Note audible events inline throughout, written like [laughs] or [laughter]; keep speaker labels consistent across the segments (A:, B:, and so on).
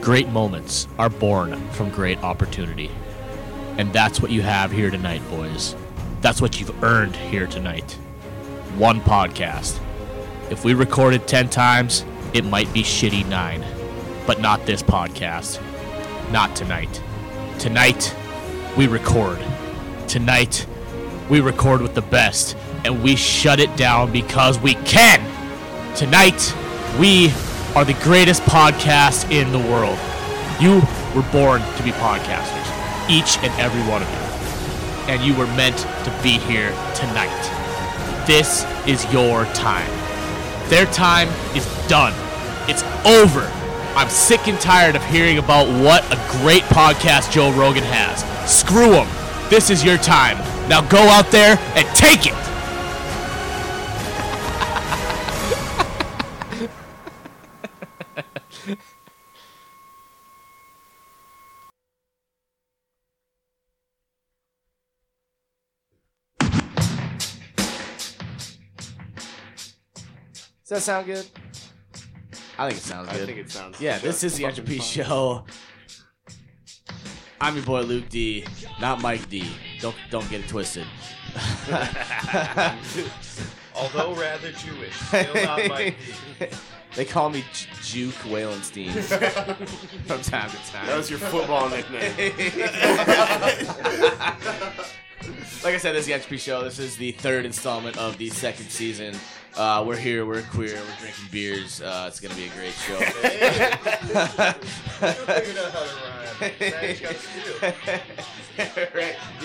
A: Great moments are born from great opportunity. And that's what you have here tonight, boys. That's what you've earned here tonight. One podcast. If we recorded 10 times, it might be shitty 9. But not this podcast. Not tonight. Tonight, we record. Tonight, we record with the best. And we shut it down because we can. Tonight, we are the greatest podcast in the world. You were born to be podcasters, each and every one of you. And you were meant to be here tonight. This is your time. Their time is done. It's over. I'm sick and tired of hearing about what a great podcast Joe Rogan has. Screw him. This is your time. Now go out there and take it.
B: Does that sound good? I think it sounds good.
C: I think it sounds.
B: yeah, this is the Extra Piece Show. I'm your boy Luke D, not Mike D. Don't don't get it twisted.
C: Although rather Jewish, still not [laughs] Mike.
B: [laughs] they call me J- Juke
C: [laughs]
B: Walenstein from time to time.
C: That was your
B: [laughs]
C: football nickname.
B: like I said, this is the XP Show. This is the third installment of the second season. Uh, we're here. We're queer. We're drinking beers. Uh, it's gonna be a great show. [laughs] right?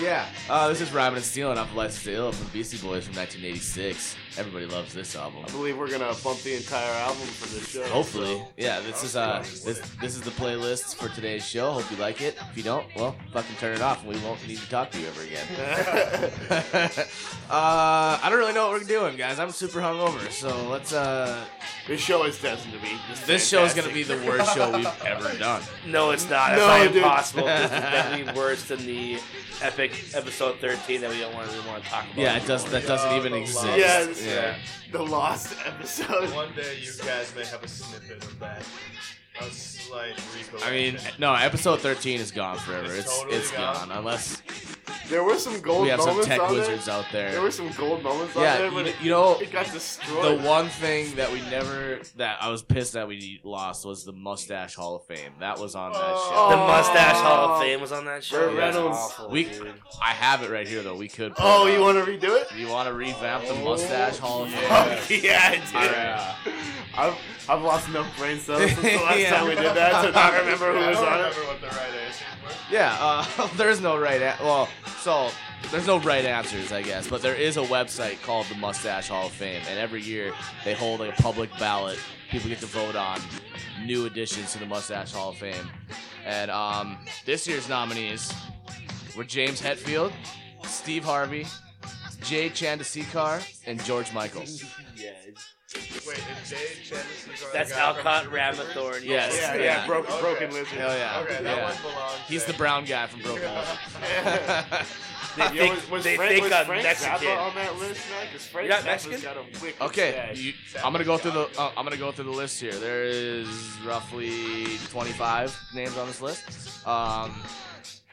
B: Yeah. Uh, this is Robin and Stealing off Let's Steal from Beastie Boys from 1986. Everybody loves this album.
C: I believe we're gonna bump the entire album for this show.
B: Hopefully, yeah. This is uh, this this is the playlist for today's show. Hope you like it. If you don't, well, fucking turn it off, and we won't need to talk to you ever again. [laughs] uh, I don't really know what we're doing, guys. I'm super hungover, so let's. Uh,
C: This show is destined to be. just
B: this show is gonna be
C: fantastic.
B: the worst show we've ever done.
D: No, it's not. That's
C: No,
D: not
C: dude.
D: impossible.
C: [laughs]
D: this is definitely worse than the epic episode 13 that we don't want, really want to talk about.
B: Yeah, it does. That doesn't even exist.
C: Yeah, it's-
B: yeah.
C: the lost episode.
E: One day you guys may have a snippet of that. A slight recollection.
B: I mean, no. Episode 13 is gone forever. It's
E: It's
B: it's,
E: totally
B: gone.
E: gone.
B: Unless
C: There were some gold
B: we have some
C: moments
B: tech
C: on
B: wizards
C: there.
B: out there.
C: There were some gold moments
B: Yeah,
C: on there,
B: you-
C: but it,
B: you know,
C: it got
B: the
C: destroyed.
B: one thing that we never that I was pissed that we lost was the Mustache Hall of Fame. That was on that
C: Oh.
D: The
B: show.
D: Mustache Hall of Fame was on that show.
C: Burt
D: That's
C: Reynolds.
D: awful, [laughs]
B: We,
D: dude.
B: I have it right here though. We could. pull
C: oh,
B: it
C: you
B: up.
C: want to redo it? [laughs]
B: You want to revamp the Mustache Hall of Fame?
C: Fuck yeah, dude.
B: All right.
C: I've, I've lost enough brain cells since the
B: [laughs]
C: last time we did that to not remember who
E: I
C: was
E: don't
C: on it.
E: remember what the right answer was.
B: Yeah. Uh, [laughs] there's no right. A- well, so there's no right answers, I guess. But there is a website called the Mustache Hall of Fame, and every year they hold a public ballot. People get to vote on new additions to the Mustache Hall of Fame. And um, this year's nominees were James Hetfield, Steve Harvey, Jay Chandasekar, and George Michael.
E: Wait, if Jay Chandrasekhar.
D: That's Alcott Ramathorn.
B: Yes.
C: Yeah, yeah,
B: Yeah.
C: Broken,
E: Okay.
C: broken lizard.
B: Hell yeah.
E: Okay, that
B: yeah.
E: one belongs.
B: He's the
E: there.
B: brown guy from Broken
E: [laughs]
B: [laughs] Lizard.
D: They
C: Yo,
D: think,
C: was, was
D: they
C: Frank,
D: think
C: was
D: I'm
C: Frank
D: Mexican.
C: Zappa on that list, man? Because Frank
D: You're not
C: Zappa's
D: Mexican?
C: got a wicked
B: Okay,
D: uh,
C: stash.
B: you, I'm gonna go through the. Uh, I'm gonna go through the list here. There is roughly 25 names on this list. Um,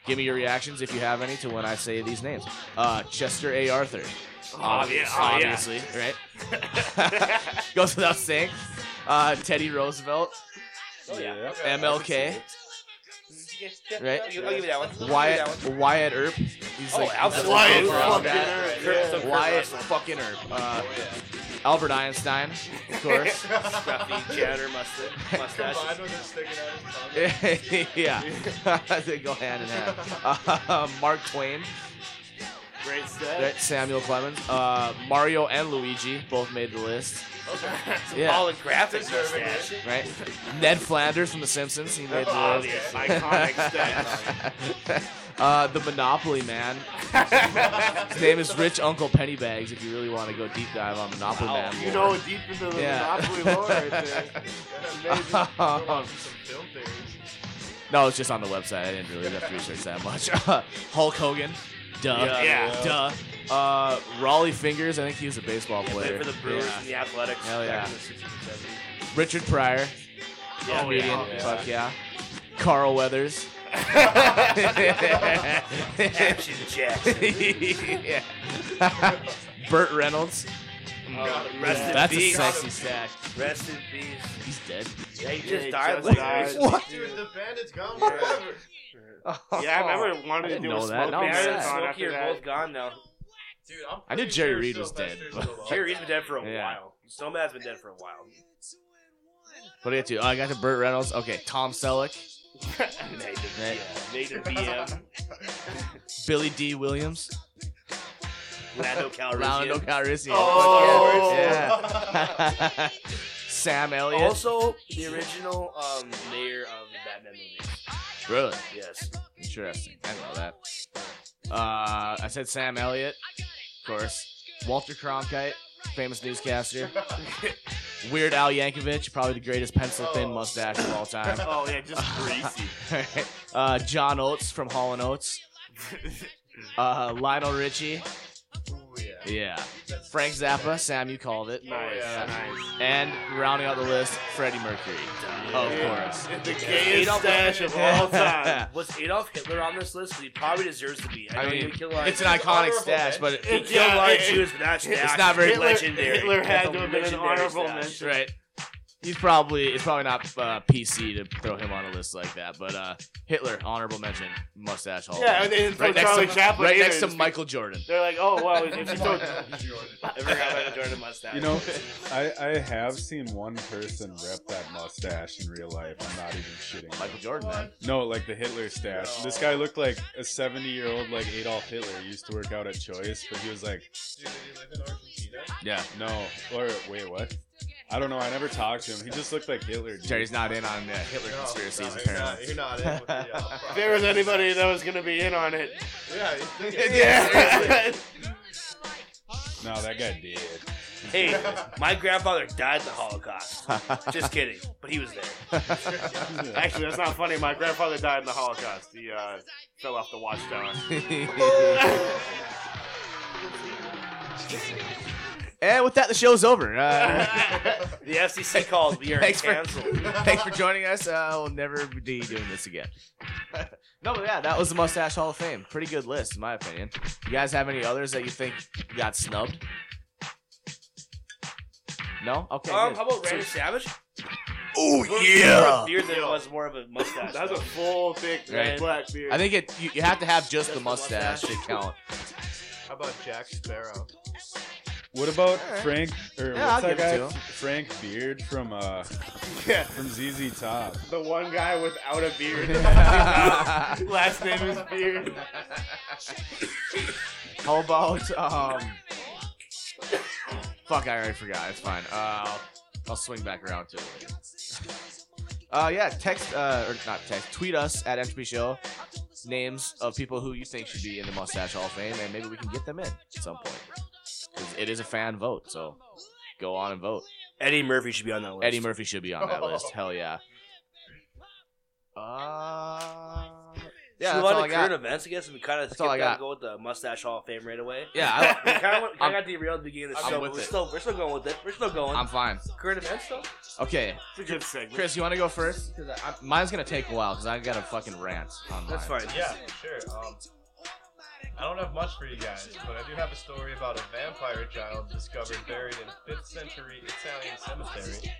B: give me your reactions if you have any to when I say these names. Uh, Chester A. Arthur,
D: Obvious.
B: Obvious-
D: Oh, yeah.
B: obviously, right? [laughs] Goes without saying. Uh, Teddy Roosevelt,
D: Oh, Yeah.
E: Okay,
B: MLK, Right?
D: I'll give you that one. I'll give you that one.
B: Wyatt Wyatt Earp. He's
D: Oh,
B: like
D: Albert
B: he's a
C: Wyatt
B: fucking
C: fucking
B: bad-
C: Earp,
D: Kurt-
C: yeah.
D: so Kurt
B: Wyatt
D: Russell.
B: fucking Earp. Uh, Albert Einstein, of
C: [laughs]
B: course. [laughs]
D: Scruffy cheddar musta- mustache.
E: Combined with his sticking out his tongue.
B: yeah, [laughs] they go hand in hand. Uh, [laughs] Mark Twain,
C: Great
B: right?
C: stash.
B: Samuel Clemens, uh, Mario and Luigi both made the list, [laughs] Yeah.
D: Holographic
E: Deserving
D: mustache.
E: it.
B: right? Ned Flanders from The Simpsons, he made the list.
C: Obvious, iconic [laughs] stash.
B: [laughs] uh, the Monopoly
C: [laughs]
B: Man. His name is Rich Uncle Pennybags. If you really want to go deep dive on Monopoly
D: Wow.
B: Man,
C: You
B: lore.
C: know deep into the
B: Yeah.
C: Monopoly lore
B: [laughs]
C: right there. Amazing.
E: We're
B: Oh.
E: watching some film theories.
B: No, it's just on the website. I didn't really have to research that much. [laughs] Hulk Hogan. Duh.
D: Yeah.
B: Duh. Uh, Raleigh Fingers. I think he was a baseball player.
D: Played for the Brewers and the Athletics.
B: Hell yeah.
D: back in the 60s and 70s.
B: Richard Pryor.
D: Yeah.
B: comedian.
C: yeah.
B: Fuck yeah. Carl [laughs] Weathers.
D: Action
B: [laughs]
D: Jackson.
B: yeah. Burt Reynolds.
D: Oh, rest in
B: That's a
D: peace.
B: sexy stack.
D: Rest in peace.
B: He's dead.
D: They
F: Yeah,
D: just
F: he
D: died
F: just
D: like
F: died.
B: What?
C: Dude, the bandit's gone forever.
F: Yeah, I remember wanting
B: I
F: to
B: didn't
F: do
B: know
F: a
B: that.
F: smoke
B: Now I'm
D: Barry
B: sad.
D: and
F: marathon
D: Smokey
F: after
D: are
F: that.
D: both gone now.
C: Dude, I'm
B: I knew
C: pretty
B: Jerry
C: sure
B: Reed was dead,
C: Sylvester's
B: but-
C: alive.
D: Jerry's been dead for a
B: Yeah.
D: while. Snowman's been dead for a while.
B: What do I get to? Oh, I got to Burt Reynolds. Okay, Tom Selleck,
D: Nathan,
B: Right.
D: yeah. Nathan [laughs] BM,
B: Billy D. Williams,
D: Lando
B: Lando
D: Calrissian.
B: Calrissian.
F: Oh.
B: yeah. [laughs] Sam Elliott.
D: Also, the original um, mayor of the Batman movies.
B: really
D: Yes.
B: interesting. I didn't know that. Uh, I said Sam Elliott, of course. Walter Cronkite, famous newscaster. [laughs] Weird Al Yankovic, probably the greatest pencil thin mustache of all time. [laughs]
F: Oh yeah, just greasy.
B: uh, John Oates from Hall
F: [laughs]
B: and Oates. Uh, Lionel Richie.
C: [laughs] Ooh, yeah.
B: Yeah. Frank Zappa. Sam, you called it.
F: Nice,
C: yeah.
F: nice.
B: And rounding out the list, Freddie Mercury. Of course.
F: The
D: Adolf
F: gayest stash of all time.
D: Was Adolf Hitler on this list? He probably deserves to be. I,
B: I
D: know he
B: mean,
D: would kill a lot of
B: it's an
D: Jews.
B: iconic
C: honorable
B: stash, but
D: He
F: mention.
B: it,
D: killed
F: Yeah,
D: a lot of
F: it-
D: Jews, but that's
B: it's not very
F: Hitler-
D: legendary.
F: Hitler
D: That's
F: had
D: a
F: to have been an
D: legendary
F: honorable
D: stash.
B: [laughs]
F: mention.
B: right. He's probably it's probably not uh, PC to throw him on a list like that, but uh, Hitler honorable mention mustache hall. of
F: Yeah,
B: Fame.
F: and they didn't
B: right
F: throw
B: next
F: Charlie
B: to
F: Chaplin
B: right
F: either.
B: next to
F: It's-
B: Michael Jordan.
F: They're like, oh wow, if
B: [laughs]
F: you throw
D: I forgot about the Jordan mustache.
G: You know, I, I have seen one person rep that mustache in real life. I'm not even shitting.
B: Michael Jordan, man.
G: No, like the Hitler stash. This guy looked like a 70 year old, like Adolf Hitler. He used to work out at Choice, but he was like,
C: Dude, did he live in Argentina?
B: Yeah.
G: no. Or wait, what? I don't know. I never talked to him. He just looked like Hitler. Dude.
B: Jerry's not in on uh, Hitler
C: No,
B: conspiracies
C: no, you're not-
B: apparently.
C: You're not in with the, uh,
F: If there was anybody that was gonna be in on it,
C: Yeah, you think it-
F: yeah.
G: No, that guy did.
D: Hey, my grandfather died in the Holocaust. Just kidding, but he was there.
F: Actually, that's not funny. My grandfather died in the Holocaust. He uh, fell off the [laughs] watchtower.
B: [laughs]
F: [laughs]
B: and with that, the show's over.
F: [laughs]
B: Uh,
D: The FCC calls. We are
B: Thanks for-
D: canceled.
B: Thanks for joining us. Uh, we'll never be doing this again. [laughs] no, but yeah, that was the Mustache Hall of Fame. Pretty good list, in my opinion. You guys have any others that you think got snubbed? No? Okay.
D: Um,
B: good.
D: how about Randy Savage?
B: oh,
D: More- more a beard than it was more of a mustache.
F: That's a
D: though.
F: full, thick,
B: Right.
F: black beard.
B: I think it. You, you have to have just the
D: Just the
B: mustache to
D: mustache.
B: count.
C: How about Jack Sparrow?
G: What about
B: Alright.
G: Frank? Or
B: Yeah, I'll
G: what's that
B: give it
G: guy?
B: to him.
G: Frank Beard from uh
F: yeah,
G: from ZZ Top.
F: the one guy without a beard.
D: [laughs]
B: [laughs] how
F: Last name is Beard.
B: about um? Fuck, I already forgot. It's fine. Uh, I'll swing back around to it. later. Uh, yeah, text uh, or not text, tweet us at Entropy Show names of people who you think should be in the Mustache Hall of Fame, and maybe we can get them in at some point. 'Cause it is a fan vote, so go on and vote.
D: Eddie Murphy should be on that list.
B: Eddie Murphy should be on that list. Hell yeah. Uh, yeah,
D: so a
B: that's
D: lot
B: all I
D: of current
B: got.
D: events, I guess, and we kind of
B: That's
D: skipped
B: all I
D: out
B: got.
D: and go with the mustache Hall of Fame
B: [laughs]
D: right away.
B: Yeah,
D: We kind of went,
B: I'm-
D: kinda got derailed at the beginning of the
B: I'm
D: show,
B: with
D: but we're
B: it.
D: still, we're still going with it. We're still going.
B: I, I'm fine.
D: current events, though?
B: Okay,
F: It's a good segment.
B: Chris, you want to go first? 'Cause I- I'm- mine's gonna take a while because I got a fucking rant. On
D: That's
B: mine.
D: fine.
C: Yeah, sure. Um, I don't have much for you guys, but I do have a story about a vampire child discovered buried in 5th century Italian cemetery.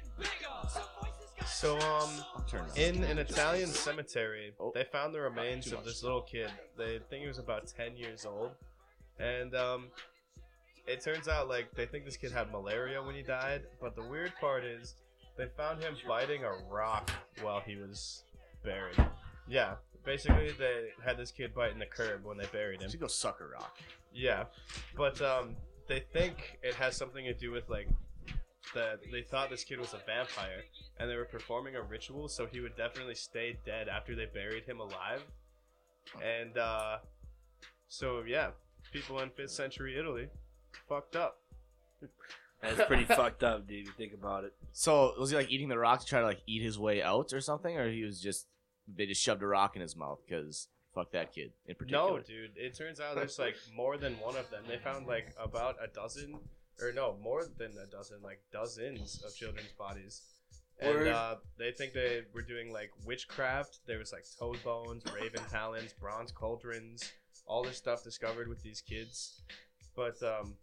C: So, um,
B: I'll turn it
C: in an Italian cemetery,
B: Oh.
C: they found the remains of this little kid. They think he was about 10 years old. And, um, it turns out, like, they think this kid had malaria when he died, but the weird part is they found him biting a rock while he was buried. Yeah, basically, they had this kid biting the curb when they buried
B: on.
C: him.
B: Should go sucker rock.
C: Yeah, but um, they think it has something to do with like that they thought this kid was a vampire, and they were performing a ritual, so he would definitely stay dead after they buried him alive. And uh, so yeah, people in fifth century Italy fucked up.
D: That's
B: [laughs]
D: pretty fucked up, dude. If you think about it.
B: So was he like eating the rock to try to like eat his way out or something, or he was just they just shoved a rock in his mouth because fuck that kid in particular.
C: No, dude, it turns out there's like more than one of them. They found like about a dozen, or no, more than a dozen, like dozens of children's bodies
E: And
D: Word.
E: uh, they think they were doing like witchcraft. There was like toad bones, raven talons, bronze cauldrons, all this stuff discovered with these kids. But um,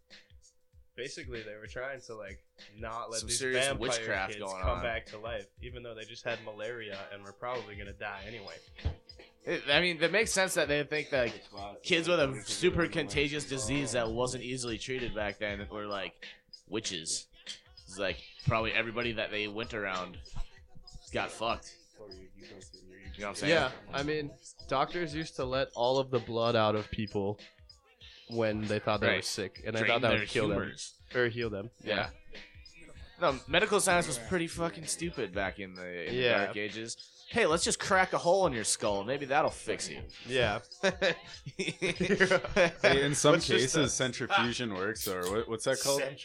E: basically, they were trying to like not let
B: Some
E: these
B: serious
E: vampire
B: witchcraft
E: kids
B: going
E: come
B: on.
E: back to life, even though they just had malaria and were probably gonna die anyway.
B: It, I mean, that makes sense that they think that like, kids with a super contagious disease that wasn't easily treated back then were like witches. It's like probably everybody that they went around got fucked. You know what I'm saying?
E: Yeah, I mean, doctors used to let all of the blood out of people when they thought they were
B: Right.
E: sick, and I
B: Drain
E: thought that
B: their
E: would kill
B: humors.
E: them or heal them.
B: Yeah. No, medical science was pretty fucking stupid back in the, in the
E: Yeah.
B: dark ages. Hey, let's just crack a hole in your skull. Maybe that'll fix you. [laughs]
E: yeah. [laughs]
G: Hey, in some
E: Let's just,
G: cases, centrifusion works, or what, what's that called?
B: I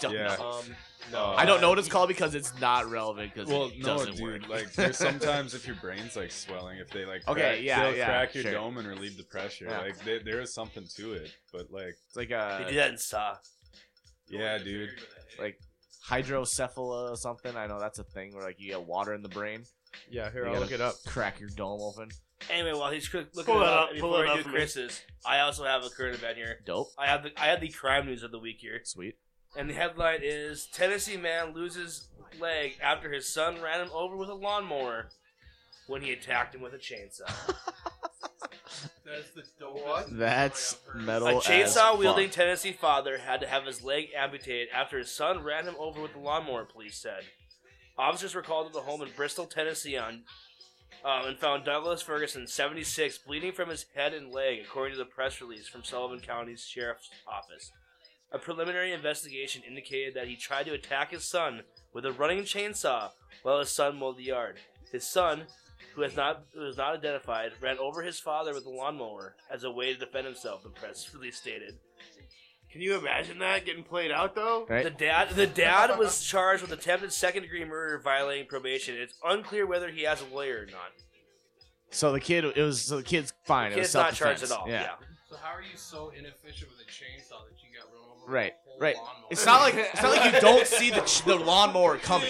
B: don't
G: Yeah.
B: know.
E: Um,
G: no.
B: I don't know what it's called because it's not relevant. Because
G: Well,
B: it
G: no,
B: doesn't
G: dude.
B: work. [laughs]
G: Like, there's sometimes if your brain's like swelling, if they like,
B: Okay,
G: crack,
B: yeah,
G: they'll
B: yeah,
G: crack your
B: sure.
G: dome and relieve the pressure.
B: Yeah.
G: Like, there there is something to it, but like,
B: it's like uh,
D: They
B: a
D: did that in Saw.
G: yeah, dude.
B: like hydrocephala or something. I know that's a thing where like you get water in the brain.
E: yeah, here
B: You
E: I'll
B: gotta
E: look it up.
B: Crack your dome open.
D: Anyway, while he's quick- looking
C: Pull
D: it
C: it
D: up,
C: up,
D: before
C: pull it
D: I
C: up
D: do
C: for me.
D: Chris's, I also have a current event here.
B: Dope.
D: I have the I have the crime news of the week here,
B: Sweet.
D: and the headline is Tennessee man loses leg after his son ran him over with a lawnmower when he attacked him with a chainsaw.
E: That's the what?
B: That's metal.
D: A
B: as
D: chainsaw wielding
B: fuck.
D: Tennessee father had to have his leg amputated after his son ran him over with a lawnmower, police said. Officers were called to the home in Bristol, Tennessee on um, and found Douglas Ferguson, 76, bleeding from his head and leg, according to the press release from Sullivan County's Sheriff's Office. A preliminary investigation indicated that he tried to attack his son with a running chainsaw while his son mowed the yard. His son, who has not who is not identified, ran over his father with a lawnmower as a way to defend himself. The press release stated
C: Can you imagine that getting played out though?
B: Right.
D: the dad the dad was charged with attempted second degree murder violating probation. It's unclear whether he has a lawyer or not.
B: So the kid, it was so the kid's fine. it was
D: Kid's not charged at
B: self-defense.
D: all.
B: Yeah.
D: yeah.
H: So how are you so inefficient with a chainsaw that you got run over?
B: Right,
H: With a whole
B: right.
H: Lawnmower?
B: It's not like it's not like you don't see the ch- the lawnmower coming,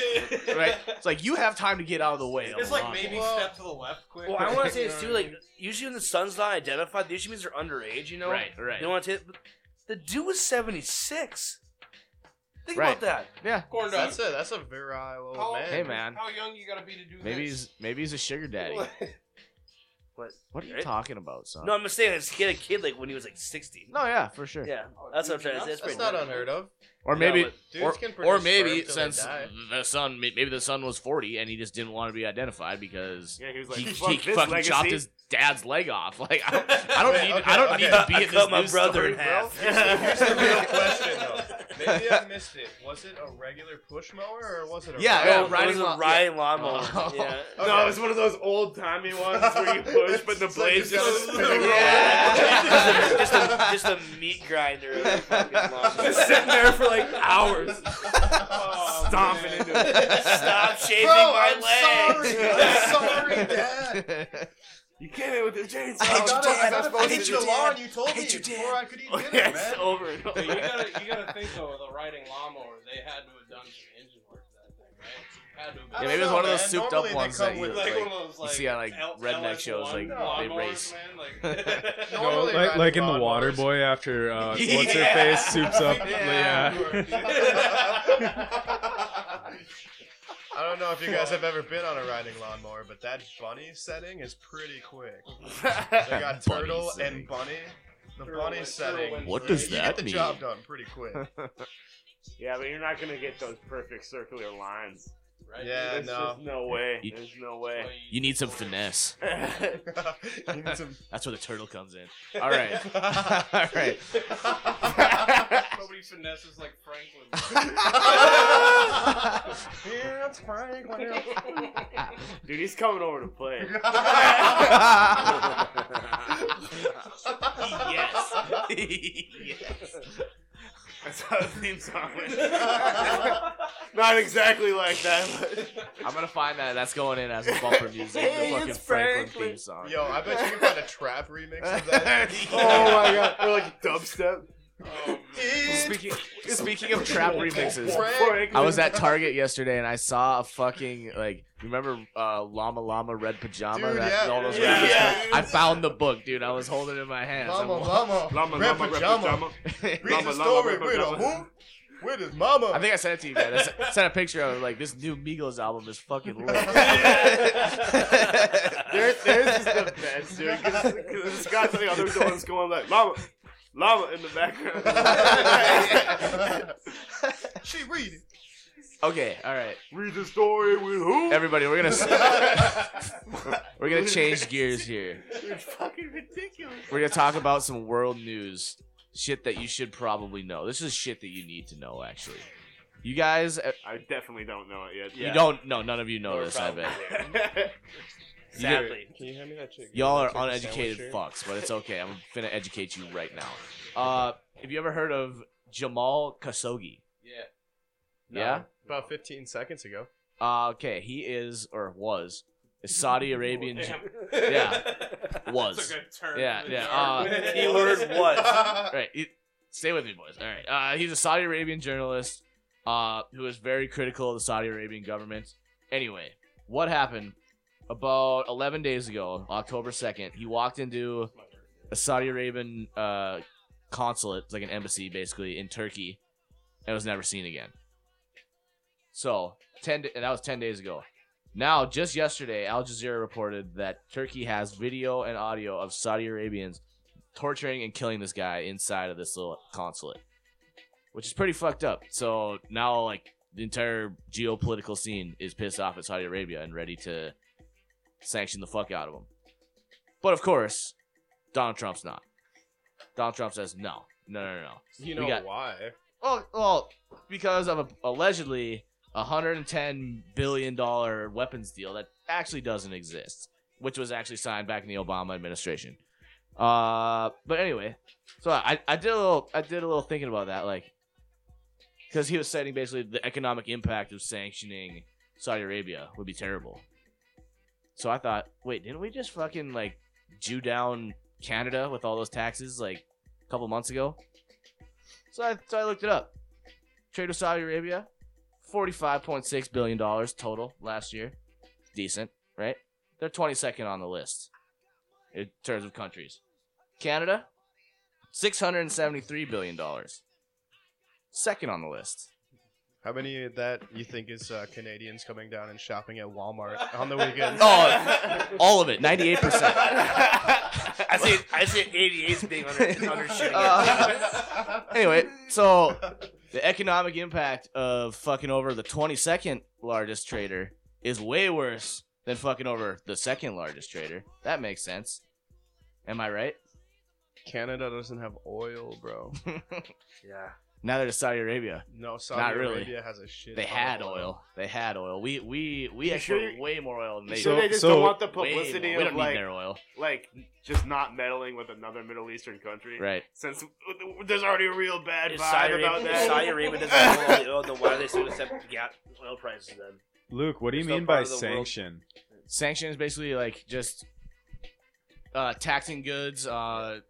B: right? It's like you have time to get out of the way.
H: It's
B: A
H: like
B: lawnmower.
H: maybe step to the left quick.
D: Well, I want to say
H: You
D: it's
H: know
D: too
H: what I
D: like
H: mean?
D: usually when the son's not identified, that usually means they're underage. You know,
B: right, right.
D: You don't want to. The dude was seventy six. Think
B: Right.
D: about that.
H: corn
E: That's
H: dogs.
E: a that's a virile old
H: How-
E: man.
B: Hey man,
H: How young you gotta be to do this?
B: maybe he's maybe he's a sugar daddy.
D: What?
B: What are you
D: Right?
B: talking about, son?
D: No, I'm just saying, he had a kid like when he was like sixty.
B: no, yeah, for sure.
D: [laughs] Yeah, that's what I'm trying to say. Oh,
E: That's
D: That's pretty
E: not
D: normal.
E: unheard of.
B: Or maybe,
D: Yeah,
E: Dudes
B: or,
E: can
B: or
E: produce
B: maybe
E: sperm till they
B: since
E: die.
B: the son, maybe the son was forty and he just didn't want to be identified because
C: Yeah, he was like,
B: he,
C: fuck
B: he
C: this
B: fucking
C: legacy.
B: chopped his dad's leg off. Like I don't, I don't
E: Wait,
B: need,
E: okay,
B: I don't
E: okay.
B: need to be
D: I
B: in this
D: cut my
B: news
D: brother
B: story,
D: in
B: bro.
D: [laughs] half.
E: Here's the real question though. Maybe I missed it. Was
B: [laughs]
E: it a regular push mower or was it a
B: Yeah,
E: roller
B: yeah,
D: Oh,
E: mower?
D: it was
B: riding
D: a
B: lawn-
D: riding lawnmower.
B: Oh.
D: Yeah.
E: Okay.
C: No, it's one of those old timey ones
E: [laughs]
C: where you push, but the
E: It's like
C: blades
E: you
C: just
E: got-
C: spin
E: [laughs]
C: around.
D: [laughs]
C: [laughs]
D: just, a, just, a, just a meat grinder. Of a fucking lawnmower.
C: Just sitting there for like hours, stomping
G: man.
C: into it.
D: Stop shaving
E: Bro,
D: my
E: I'm
D: leg. [laughs]
E: sorry.
C: [laughs]
E: I'm sorry, Dad.
C: You can't hit with the chainsaw.
E: I
D: hate you,
E: thought I was
D: Dad.
E: supposed
D: I
E: to
D: hate you,
E: do the law
D: Dad.
E: and You told
D: I
E: me
D: hate you, Dad.
E: before I could
C: [laughs] Oh,
E: even dinner,
C: yes,
E: man.
C: over and over.
H: But you
D: [laughs]
H: gotta you gotta think though, with a riding lawnmower, they had to have done some engine work to that thing, right? Had to have
E: I
B: Yeah,
E: don't
H: been.
B: maybe it was one of
E: know,
B: those
E: man.
B: souped
E: Normally
B: up
E: they
B: ones
E: come
B: that you,
E: with,
H: like,
B: like,
H: one
C: [laughs]
H: of those
B: you
H: like
B: see on like
H: L- LS1
B: redneck shows, like they
H: lawnmowers,
B: race.
H: Man, like, [laughs]
G: No,
E: Normally
G: like
E: riding
G: like in the
E: lawnmowers-
G: water boy after uh,
B: [laughs]
G: what's
D: Yeah.
G: her face soups [laughs] up.
E: Yeah.
G: Yeah.
E: I don't know if you guys have ever been on a riding lawnmower, but that bunny setting is pretty quick. They got
B: Bunny
E: turtle
B: setting.
E: and bunny. The
H: Turtle
E: bunny
H: and-
E: setting.
H: turtle and
B: What does
E: you
B: that
E: get the
B: mean?
E: job done pretty
H: [laughs]
E: quick.
C: [laughs] Yeah, but you're not gonna get those perfect circular lines.
H: Right?
E: Yeah,
C: There's
E: no.
C: just no way.
B: You-
C: There's no way.
B: You need some finesse.
E: You need some-
B: That's where the turtle comes in. All right, [laughs] all right.
E: [laughs]
H: Nobody finesses like Franklin.
E: Here's Franklin.
C: [laughs] Dude, he's coming over
E: [laughs]
C: to play.
D: Yes.
C: That's how the theme song is. [laughs] Not exactly like that, but
E: [laughs]
B: I'm gonna find that. That's going in as a bumper music.
D: Hey,
B: the fucking
D: it's
B: Franklin,
D: Franklin.
B: theme song. [laughs]
E: Yo, I bet you can find a trap remix of that.
C: oh my god, or like dubstep.
B: Speaking, speaking of trap remixes,
C: Frank.
B: I was at Target yesterday and I saw a fucking like you remember uh, Llama Llama Red Pajama
I: Dude,
B: that
I: yeah.
B: all those
C: Yeah,
B: rappers.
I: yeah.
B: had? I found the book, dude. I was holding it in my hands. I'm
I: Mama,
B: wa-
I: mama,
C: Llama,
I: red
C: llama, red
I: pajama.
C: pajama.
I: Read the
C: Llama, llama,
I: story
C: red
I: with a
C: pajama.
I: who? With his mama.
B: [laughs] I think [laughs] I sent it to you guys. I s- sent a picture of it, like this new Migos album is fucking lit.
C: There, theirs is the best, dude. Because this guy to the other one's going like, "Llama, llama" in the
J: [laughs]
C: background.
I: she read it.
B: okay, all right,
C: Read the story with who? [laughs]
B: everybody, we're gonna s- we're gonna change gears here.
C: It's fucking ridiculous.
B: We're gonna talk about some world news shit that you should probably know. This is shit that you need to know, actually. You guys, uh,
C: I definitely don't know it yet.
B: you don't know. None of you know
D: We're
B: this. I
D: probably
B: bet.
D: there.
C: [laughs]
B: You get-
D: Sadly.
E: Can you hand me that chicken?
B: Y'all are
E: That chicken
B: uneducated
E: sandwich
B: fucks, but it's okay.
E: [laughs]
B: I'm gonna educate you right now. Uh, have you ever heard of Jamal Khashoggi?
H: Yeah.
E: here?
B: Yeah.
E: About 15 seconds ago.
B: Uh, okay, he is or was
H: [laughs]
B: a Saudi Arabian. Jew.
H: yeah.
B: Was.
H: Took a turn
B: Yeah,
H: for the
B: yeah,
H: dark.
D: uh, keyword was.
B: right. It, stay with me, boys. All right. Uh, he's a Saudi Arabian journalist uh, who is very critical of the Saudi Arabian government. Anyway, what happened about 11 days ago, October 2nd, he walked into a Saudi Arabian uh, consulate, it's like an embassy basically, in Turkey, and was never seen again. So, 10 da- and that was 10 days ago. Now, just yesterday, Al Jazeera reported that Turkey has video and audio of Saudi Arabians torturing and killing this guy inside of this little consulate, which is pretty fucked up. So now, like, the entire geopolitical scene is pissed off at Saudi Arabia and ready to sanction the fuck out of him. But of course, Donald Trump's not. Donald Trump says no, no, no, no, no.
E: You
B: We
E: know
B: got-
E: why?
B: Well, well, because of a, allegedly a hundred and ten billion dollar weapons deal that actually doesn't exist, which was actually signed back in the Obama administration. Uh, but anyway, so I, I did a little I did a little thinking about that, like, because he was citing basically the economic impact of sanctioning Saudi Arabia would be terrible. So I thought, wait, didn't we just fucking like Jew down Canada with all those taxes like a couple months ago? So I, so I looked it up. Trade with Saudi Arabia, forty-five point six billion dollars total last year. Decent, right? They're twenty-second on the list in terms of countries. Canada, six hundred and seventy-three billion dollars, second on the list.
E: How many of that [laughs] you think is uh, Canadians coming down and shopping at
B: [laughs]
E: Walmart on the weekends?
B: Oh, all of it, ninety-eight percent.
D: [laughs] I see. I see. 88's being under, under shitting.
J: [laughs]
C: [laughs]
B: Anyway, so the economic impact of fucking over the 22nd largest trader is way worse than fucking over the second largest trader. That makes sense. Am I right?
E: Canada doesn't have oil, bro.
D: yeah.
B: Neither does Saudi Arabia.
E: No, Saudi
B: Not really.
E: Arabia has a shit.
B: They
E: ton
B: had
E: of
B: oil. They had oil. We we we
C: You
B: export
C: sure you-
B: way more oil than they
C: so
G: So-
C: they just
G: so-
C: don't want the
B: Way more.
C: publicity
B: We
C: of
B: don't need
C: like,
B: their oil.
C: like just not meddling with another Middle Eastern country.
B: Right.
C: Since there's already a real bad
D: If
C: vibe
D: Saudi
C: about
D: Arabia,
C: that.
D: if Saudi
C: [laughs]
D: Arabia doesn't have all the oil, then why do they still accept gas oil prices then?
G: Luke, what do you
D: There's no
G: mean by
D: part of the world-
G: sanction?
B: Sanction is basically like just uh, taxing goods, uh,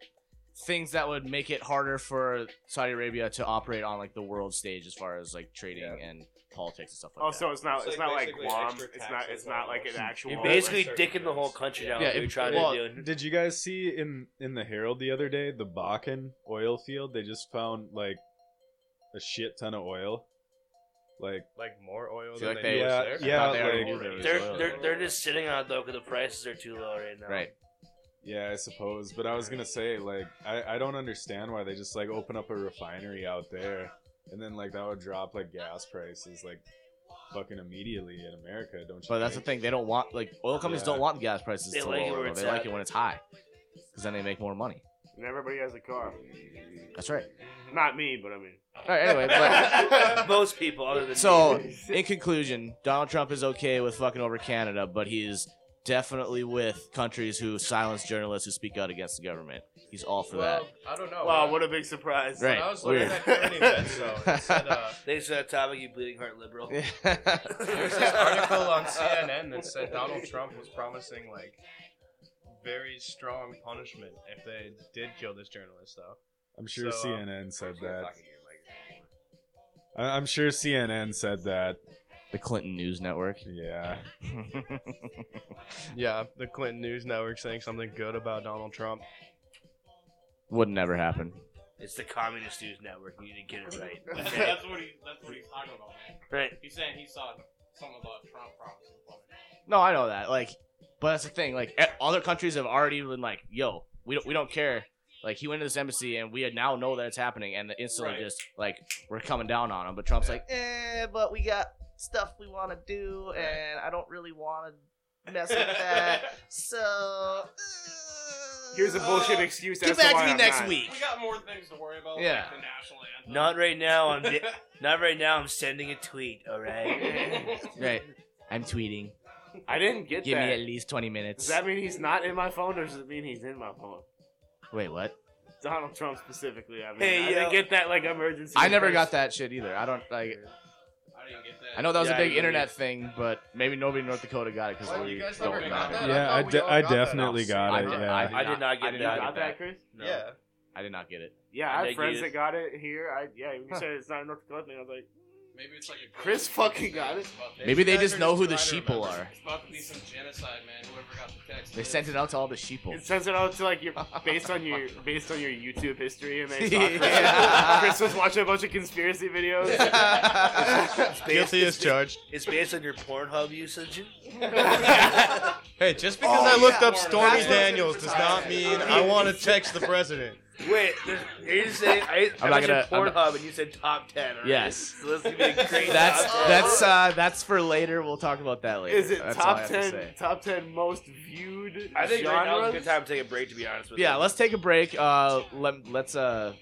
B: things that would make it harder for Saudi Arabia to operate on like the world stage as far as like trading and politics and stuff
D: Oh,
B: like
C: Also, it's not.
H: It's
C: Oh, It's,
H: like
C: not like
H: basically
C: Guam.
H: extra
C: It's not.
H: taxes
C: It's
H: on
C: not like
H: us.
C: an actual.
D: You're
H: Well,
D: basically
H: like
D: dicking the
H: certain
D: whole
H: goods.
D: country down.
B: Yeah,
D: Yeah,
B: if-
D: we trying
B: well,
D: to do.
G: Did you guys see in in the Herald the other day the Bakken oil field? They just found like a shit ton of oil. Like
E: Like more oil
B: See,
E: than
B: like
E: they
B: they-
E: do
G: yeah,
E: there.
G: yeah,
B: Thought they already
G: like-
B: knew there was
D: They're,
B: oil.
D: they're they're just sitting on it though because the prices are too low right now.
B: that. Right.
G: yeah, I suppose. But I was gonna say like I I don't understand why they just like open up a refinery out there and then like that would drop like gas prices like fucking immediately in America, don't you?
B: But that's the thing;
G: think?
B: they don't want like oil companies
G: Yeah.
B: don't want gas prices
D: They
B: to
D: like it
B: lower.
D: where
B: though.
D: it's
B: They like
D: at.
B: it when it's high, because then they make more money.
C: And everybody has a car.
B: That's
G: [laughs]
B: right.
C: Not me, but I mean.
B: All right. Anyway, but
D: [laughs] Most people, other than [laughs]
B: so [laughs] in conclusion, Donald Trump is okay with fucking over Canada, but he's definitely with countries who silence journalists who speak out against the government. He's all for
E: Well, I don't know.
C: Wow, what a big surprise!
B: Right.
E: I was
B: Weird.
E: looking at Germany events, though. It said, uh,
D: thanks for that topic, you bleeding heart liberal.
B: that.
E: there was this article on CNN that said Donald Trump was promising like very strong punishment if they did kill this journalist, though.
G: I'm sure
E: So, uh,
G: CNN said that. I- I'm sure CNN said that.
B: The Clinton News
D: [laughs]
B: Network.
G: Yeah.
E: Yeah, the Clinton News Network saying something good about Donald Trump.
B: Would never happen.
D: It's the Communist News Network. You need to get it right. Okay?
H: that's what he. That's what he's talking about, man.
D: right.
H: He's saying he saw some of the Trump problems. in public.
B: No, I know that. Like, but that's the thing. Like, e- other countries have already been like, "Yo, we don't, we don't care." Like, he went to this embassy, and we now know that it's happening, and instantly
H: Right.
B: just like we're coming down on him. But Trump's like, "Eh, but we got stuff we want to do, and I don't really want to mess with that."
E: [laughs]
B: so uh,
C: Here's a bullshit excuse.
B: Get
C: as to
B: back
C: why
B: to me
C: I'm
B: next
C: not.
B: week.
H: We got more things to worry about.
B: Yeah.
H: Like the national anthem.
D: Not right now. I'm di- not right now. I'm sending a tweet. All right.
B: Right. I'm tweeting.
C: [laughs] I didn't get
B: Give
C: that.
B: me at least twenty minutes.
C: Does that mean he's not in my phone, or does it mean he's in my phone?
B: Wait, what?
C: Donald Trump specifically. I mean,
D: Hey,
C: I
D: yo.
C: didn't get that like emergency.
B: I never got
C: request.
B: that shit either. I don't like.
H: I didn't get that.
B: I know that was
D: Yeah,
B: a
D: I
B: big
D: really-
B: internet thing, but maybe nobody in North Dakota got it because
I: Why,
B: we
I: you guys
B: don't
I: never
B: know.
I: got that?
G: Yeah,
I: thought
G: I
I: we
G: de-
I: all
G: I
I: got that.
G: definitely got
B: I
G: it.
B: did-
G: yeah.
B: I-
D: I did not get
B: I did
C: You
D: that.
B: not
C: got
B: get
C: that, Chris?
D: No.
E: Yeah.
B: I did not get it.
C: Yeah,
D: I
C: I, have
D: think
C: friends
D: you-
C: that got it here. I yeah, when you said it's not a North Dakota thing, I was like,
H: Maybe it's like a
C: Chris fucking got it.
B: Maybe they
I: You guys
B: just
I: are
B: know who the
I: trying to
B: sheeple
I: remember.
B: are.
H: It's about to be some genocide, man. Whoever got the text.
B: They sent it out to all the sheeple.
C: it sends it out to like your based on your based on your YouTube history,
B: [laughs]
C: and they saw Chris,
B: Yeah.
C: Chris was watching a bunch of conspiracy videos.
E: Guilty as charged.
D: It's based on your Pornhub usage.
E: Hey, just because
A: Oh,
E: I looked up Stormy Daniels does not mean I want to text the president.
D: Wait, there's- you saying I,
B: I'm
D: I
B: not
D: mentioned
B: gonna- I'm
D: Pornhub and you said top ten. alright?
B: Yes.
D: so this is gonna be a great
B: that's
D: top 10.
B: that's uh that's for later. We'll talk about that later.
C: Is it
B: That's all I
C: top
B: have to say.
C: ten? Top ten most viewed
D: I think right now is a
C: genres?
D: good time to take a break. To be honest with
B: Yeah,
D: you.
B: let's take a break. Uh, let let's uh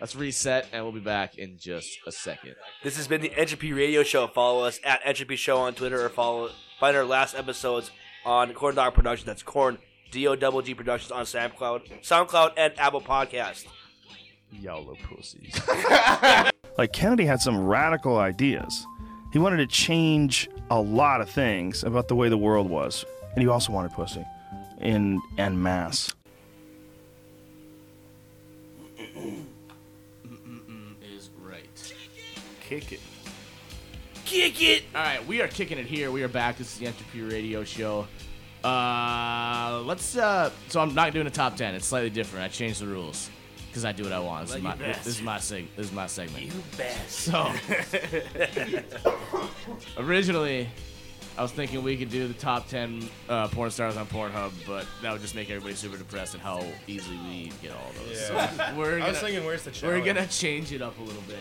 B: let's reset, and we'll be back in just a second.
D: This has been the Entropy Radio Show. Follow us at Entropy Show on Twitter or follow find our last episodes on Corn Dog Productions. That's Corn D O Double G Productions on SoundCloud, SoundCloud and Apple Podcast.
B: Yolo pussies.
K: Like Kennedy had some radical ideas. He wanted to change a lot of things about the way the world was, and he also wanted pussy in en masse.
B: Is right.
C: Kick it.
D: Kick it.
B: All right, we are kicking it here. We are back. This is the Entropy Radio Show. Uh, let's. Uh, so I'm not doing a top ten. It's slightly different. I changed the rules because I do what I want. This, is, my, this is my seg- This is my segment.
D: You best.
B: So originally, I was thinking we could do the top ten uh, porn stars on Pornhub, but that would just make everybody super depressed at how easily we get all those. So we're
E: I was
B: gonna,
E: thinking, where's the challenge?
B: we're gonna change it up a little bit.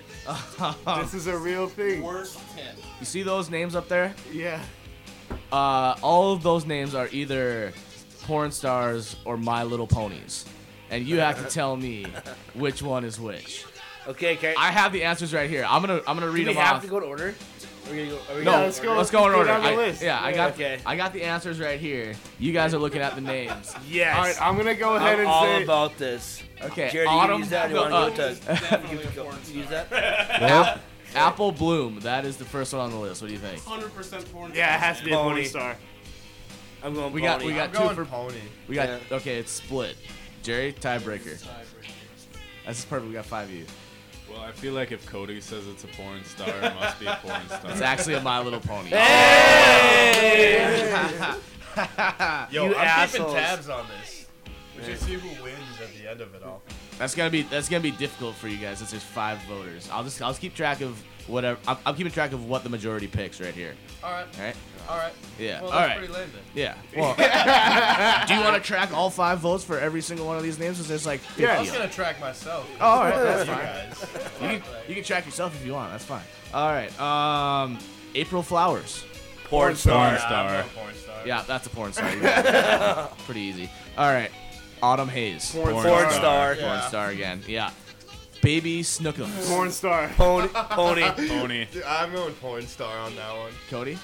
C: This
B: [laughs]
C: is a real thing.
H: Worst ten.
B: you see those names up there?
C: Yeah.
B: uh, all of those names are either porn stars or My Little Ponies. And you have to tell me which one is which.
D: Okay, okay.
B: I have the answers right here. I'm gonna I'm gonna read
D: Do we
B: them
D: have
B: off.
D: to go in order? Are we gonna go, are we
B: no,
D: gonna
B: let's
D: in
B: go.
D: order?
B: Let's go in
C: Go
B: order.
C: down the
B: I-
C: list.
B: Yeah, I
C: Yeah.
B: got
D: Okay.
B: I got the answers right here. You guys are looking at the names.
D: Yes.
C: All right, I'm gonna go ahead
D: I'm
C: and
D: all
C: say
D: about this.
B: Okay,
D: Jared, you
B: Autumn.
D: can use that. You
B: no,
D: want
B: uh,
D: to
B: [laughs]
D: go to? You can go. Use that.
B: Ap- Apple Bloom. That is the first one on the list. What do you think?
H: Hundred percent porn.
C: yeah, it has to be a
D: Pony.
C: porn star.
D: I'm going.
B: We got
D: Bonnie.
B: we got two
E: Going
B: for
E: pony.
B: we got okay. It's split. Jerry tiebreaker. That's perfect. We got five of you.
G: Well, I feel like if Cody says it's a porn star, it must be a porn star.
B: It's actually a My
I: [laughs]
B: Little Pony.
E: Yo,
D: You
E: I'm
D: assholes.
E: keeping tabs on this. We should see who wins at the end of it all.
B: That's gonna be that's gonna be difficult for you guys since there's five voters. I'll just I'll just keep track of whatever. I'm, I'm keeping track of what the majority picks right here.
I: All right,
B: All right.
I: all right.
B: Yeah.
I: Well,
B: all
I: that's
B: right.
I: pretty lame then. [laughs]
B: Yeah. Well, do you want to track all five votes for every single one of these names? Is there's like 50
C: Yeah.
E: I
B: of
E: was
B: them?
E: gonna track myself.
B: Oh, all right.
E: You
I: [laughs]
B: That's fine.
E: guys.
B: You can, you can track yourself if you want. That's fine. All right. Um, April Flowers.
D: porn
G: porn
D: star.
G: star.
E: Porn star.
B: Yeah, that's a porn star. You got it. Pretty easy. All right. Autumn Hayes. Porn,
D: Porn star.
B: star again. Yeah. Baby Snookums.
C: Porn star.
D: Pony. Pony.
G: Pony.
E: Dude, I'm going porn star on that one.
B: Cody?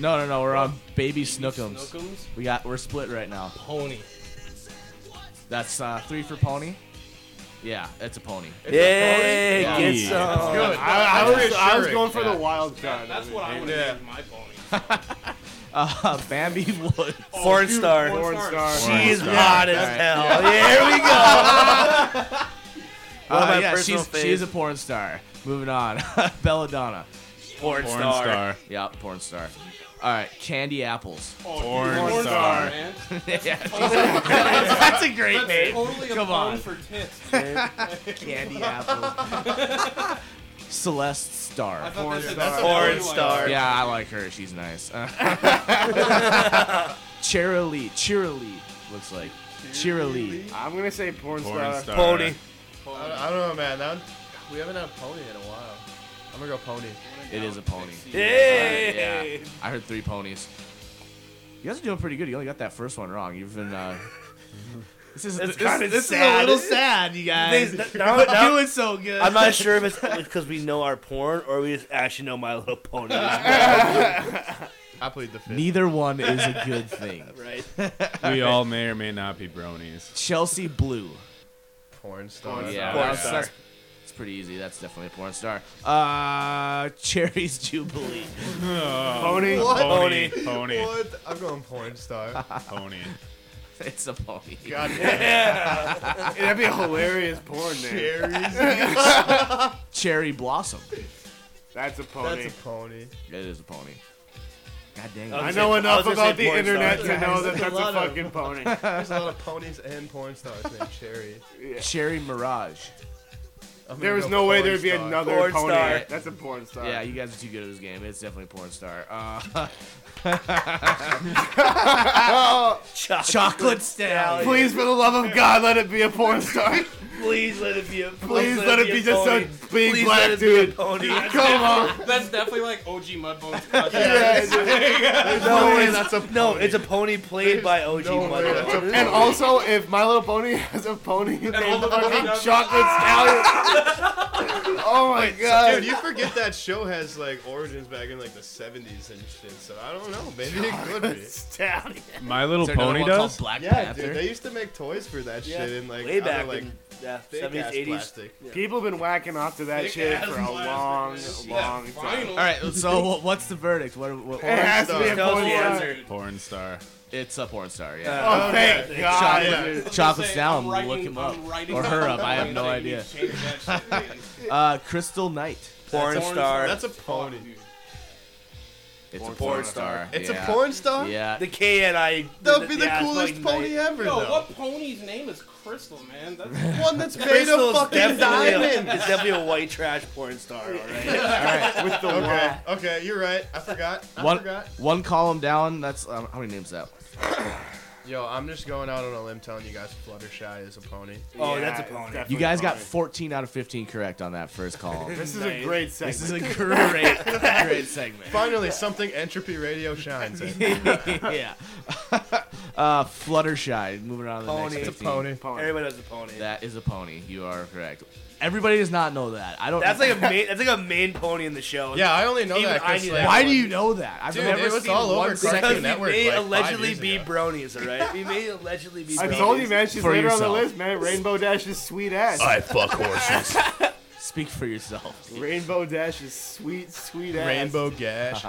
B: No, no, no. We're on Baby Snookums.
H: Snookums.
B: We got we're split right now.
H: Pony.
B: That's uh, three for Pony. Yeah, it's a pony.
D: Yay!
B: Yeah.
D: Get
G: Yeah.
D: some.
E: Good.
C: I, I was I was
E: reassuring.
C: going for
B: Yeah.
C: the wild card.
H: That's what I would
E: Yeah.
H: have named my pony.
B: Uh, Bambi [laughs] Woods.
D: Porn star.
C: Oh, Porn star.
D: She's hot as hell. Here we go.
C: [laughs]
D: One of
B: Uh,
D: my
B: yeah,
D: personal
B: she's,
D: faves.
B: she's a porn star. Moving on. [laughs] Belladonna.
D: porn,
G: Porn
D: star.
G: star.
B: Yeah, porn star. All right, Candy Apples. [laughs]
G: Porn
C: [laughs]
G: star.
K: man.
B: yeah, that's a great
K: That's
B: name.
K: totally a
B: Come
K: bone
B: on.
K: for tits.
B: Candy Apple. [laughs] Celeste Star.
K: I thought that's a- that's a
D: Porn
K: new one.
D: star.
B: Yeah, I like her. She's nice. [laughs] Cheerily. Cheerily. Looks like. Cheerily.
C: I'm gonna say porn
G: Porn
C: star.
G: star.
D: Pony.
J: I don't, I don't know, man. That one, we haven't had a pony in a while. I'm gonna go pony.
B: It is a pony.
D: Hey.
B: Yeah. I heard three ponies. You guys are doing pretty good. You only got that first one wrong. You've been. Uh, this is, this,
D: It's kinda
B: this is a
D: sad.
B: little sad, you guys. [laughs]
D: Things- now- now-
B: doing so good.
D: I'm not sure if it's because we know our porn or we just actually know My Little Pony.
J: I played the fifth.
B: Neither one is a good thing.
D: right?
G: We all may or may not
B: [laughs]
G: be bronies.
B: Chelsea Blue.
J: Porn star.
B: yeah,
D: porn
B: that's,
D: star.
B: that's- that's pretty easy. That's definitely a porn star. Uh, Cherry's Jubilee.
C: Oh,
G: Pony. Pony. Pony.
J: What? I'm going porn star.
G: [laughs] Pony.
B: [laughs] It's a pony.
J: God damn.
C: That'd be a hilarious porn name.
J: Aries.
B: Cherry Blossom.
C: That's a pony.
J: That's a pony.
B: It is a pony. God dang it.
D: I
C: I
D: was
C: know
D: gonna- I
C: enough
D: was gonna
C: about
D: say
C: the
D: porn
C: internet
D: star.
C: to know that
J: There's
C: that's
J: a
C: a
J: lot of
C: fucking pony.
J: There's a lot of ponies and porn stars named Cherry.
B: Cherry Mirage.
J: I'm gonna
C: There is
J: go
C: no way
J: porn
C: there'd be
J: star.
C: another
D: Porn
C: pony.
D: star.
C: That's a porn star.
B: Yeah, you guys are too good at this game. It's definitely a porn star. Uh, [laughs]
D: Chocolate.
B: Chocolate Stallion.
C: Please, for the love of God, let it be a porn star.
D: Please let it be a.
C: Please let it be just
D: pony.
C: a big
D: Please let
C: black
D: it be a
C: dude.
D: pony.
C: [laughs] Come on.
K: That's definitely like OG Mudbone's
C: Yeah,
D: No, it's, that's a no, it's a pony played by OG no Mudbound.
C: And also, if My Little Pony [laughs] has a pony named
K: all the
C: fucking
K: ponies-
C: Chocolate Stallion.
K: [laughs]
C: oh my god.
J: Dude, you forget that show has like origins back in like the 70s and shit. So I don't know. Maybe it could be.
D: Stallion.
G: My Little
B: Is there another
G: Pony
B: one called
G: does?
B: Black
J: Yeah,
B: Panther.
J: dude, they used to make toys for that
D: Yeah.
J: shit in like
D: Way
J: other,
D: back
J: like
D: in yeah,
J: thick
D: 70s,
J: ass
D: 80s.
J: plastic.
C: People have been whacking off to that
J: Big
C: shit
J: ass
C: for a
J: plastic
C: long,
J: shit.
C: long time.
K: Final.
B: All right, so wha- what's the verdict? What, what,
C: It has to be a
D: Tell us
C: porn
D: the
C: star.
D: answer.
G: Porn star.
B: It's a porn star,
K: Uh,
B: yeah.
C: Oh, thank God.
B: Chocolate-
C: dude.
B: Chocolate
K: Say,
B: Stallion,
K: I'm writing-
B: look him up.
K: I'm writing
B: Or her up, I have
K: something
B: no
K: that
B: idea.
K: you need to change that shit, man.
B: [laughs] Uh, Crystal Knight.
D: Porn star.
J: That's a pony.
K: Fuck, dude.
B: It's
C: Porn
B: a porn star.
C: star.
J: It's
B: yeah.
J: a porn star.
B: Yeah.
D: the K and I.
J: That would be the
D: yeah, it's
J: coolest
D: fucking
J: pony
D: nice.
J: ever,
K: Yo,
J: though.
K: what pony's name is Crystal, man? That's
J: One that's made of
D: Crystal's
J: fucking
D: definitely
J: diamond.
D: a, it's definitely a white trash porn star, alright?
C: With the
J: Okay,
C: okay.
J: okay, you're right. I forgot. I
B: One,
J: forgot.
B: one column down. That's um, how many names is that?
J: Yo, I'm just going out on a limb telling you guys Fluttershy is a pony.
D: Oh, that's a pony.
B: You guys got 14 out of 15 correct on that first column.
C: This is a great
B: this is
C: segment.
B: a great,
K: [laughs]
B: great segment.
J: Finally, something Entropy Radio shines in.
D: [laughs]
B: yeah. [laughs] uh, Fluttershy. Moving on to the
D: Pony.
B: next
D: It's a
B: 15.
D: Everybody has a pony.
B: That is a pony. You are correct. Everybody does not know that. I don't.
D: That's like a main, that's like a main pony in the show.
J: Yeah, I only know
D: Even
J: that
D: I
J: 'cause,
D: knew
J: like,
D: that.
B: why do you know that? I've
J: Dude,
B: never
J: it was
B: seen
J: all over
B: one
J: Cartoon
D: because
B: second.
A: [laughs]
D: we
J: Network,
D: may
J: like, five
D: allegedly
J: years
D: be
J: ago.
D: bronies, all right? We may allegedly be.
C: I
D: bronies.
C: told you, man, she's
B: For
C: later on
B: yourself.
C: the list, man. Rainbow Dash is sweet ass.
A: fuck horses.
B: Speak for yourself.
C: Rainbow Dash is sweet, sweet ass.
J: Rainbow Gash.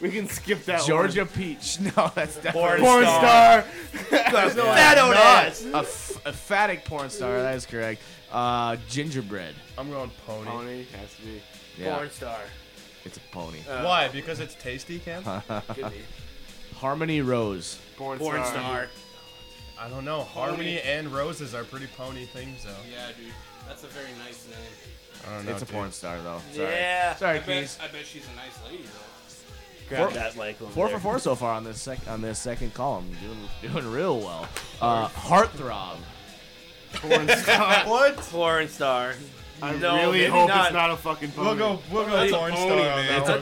C: We can skip that
B: Georgia Peach. No, that's
C: one.
B: definitely
C: Porn star.
D: Fat old ass.
B: a, f- a phatic porn star. That is correct. Uh, gingerbread.
J: I'm going pony.
C: Pony has to be.
B: Yeah,
D: Porn star.
B: it's a pony.
J: Why? Because it's tasty, Cam?
D: Could be.
B: Harmony Rose.
C: Porn,
D: Porn
C: star.
D: star.
J: I don't know. Harmony and roses are pretty pony things, though.
K: Yeah, dude. That's a very nice name.
J: I don't know.
B: it's a
J: dude.
B: porn star though. Sorry.
D: Yeah.
B: Sorry,
K: I bet,
B: Keys.
K: I bet she's a nice lady, though.
D: Grab
B: Four-
D: that, Michael.
B: Four
D: there.
B: for four so far on this sec- on this second column. Doing doing real well. Uh, heartthrob.
C: Porn star.
J: What?
D: [laughs] Porn star.
C: I
D: No,
C: really
D: maybe
C: hope
D: not.
C: it's not a fucking pony.
J: We'll go, we'll go
D: It's a
J: porn star
C: pony,
J: on
C: man.
J: that
B: It's a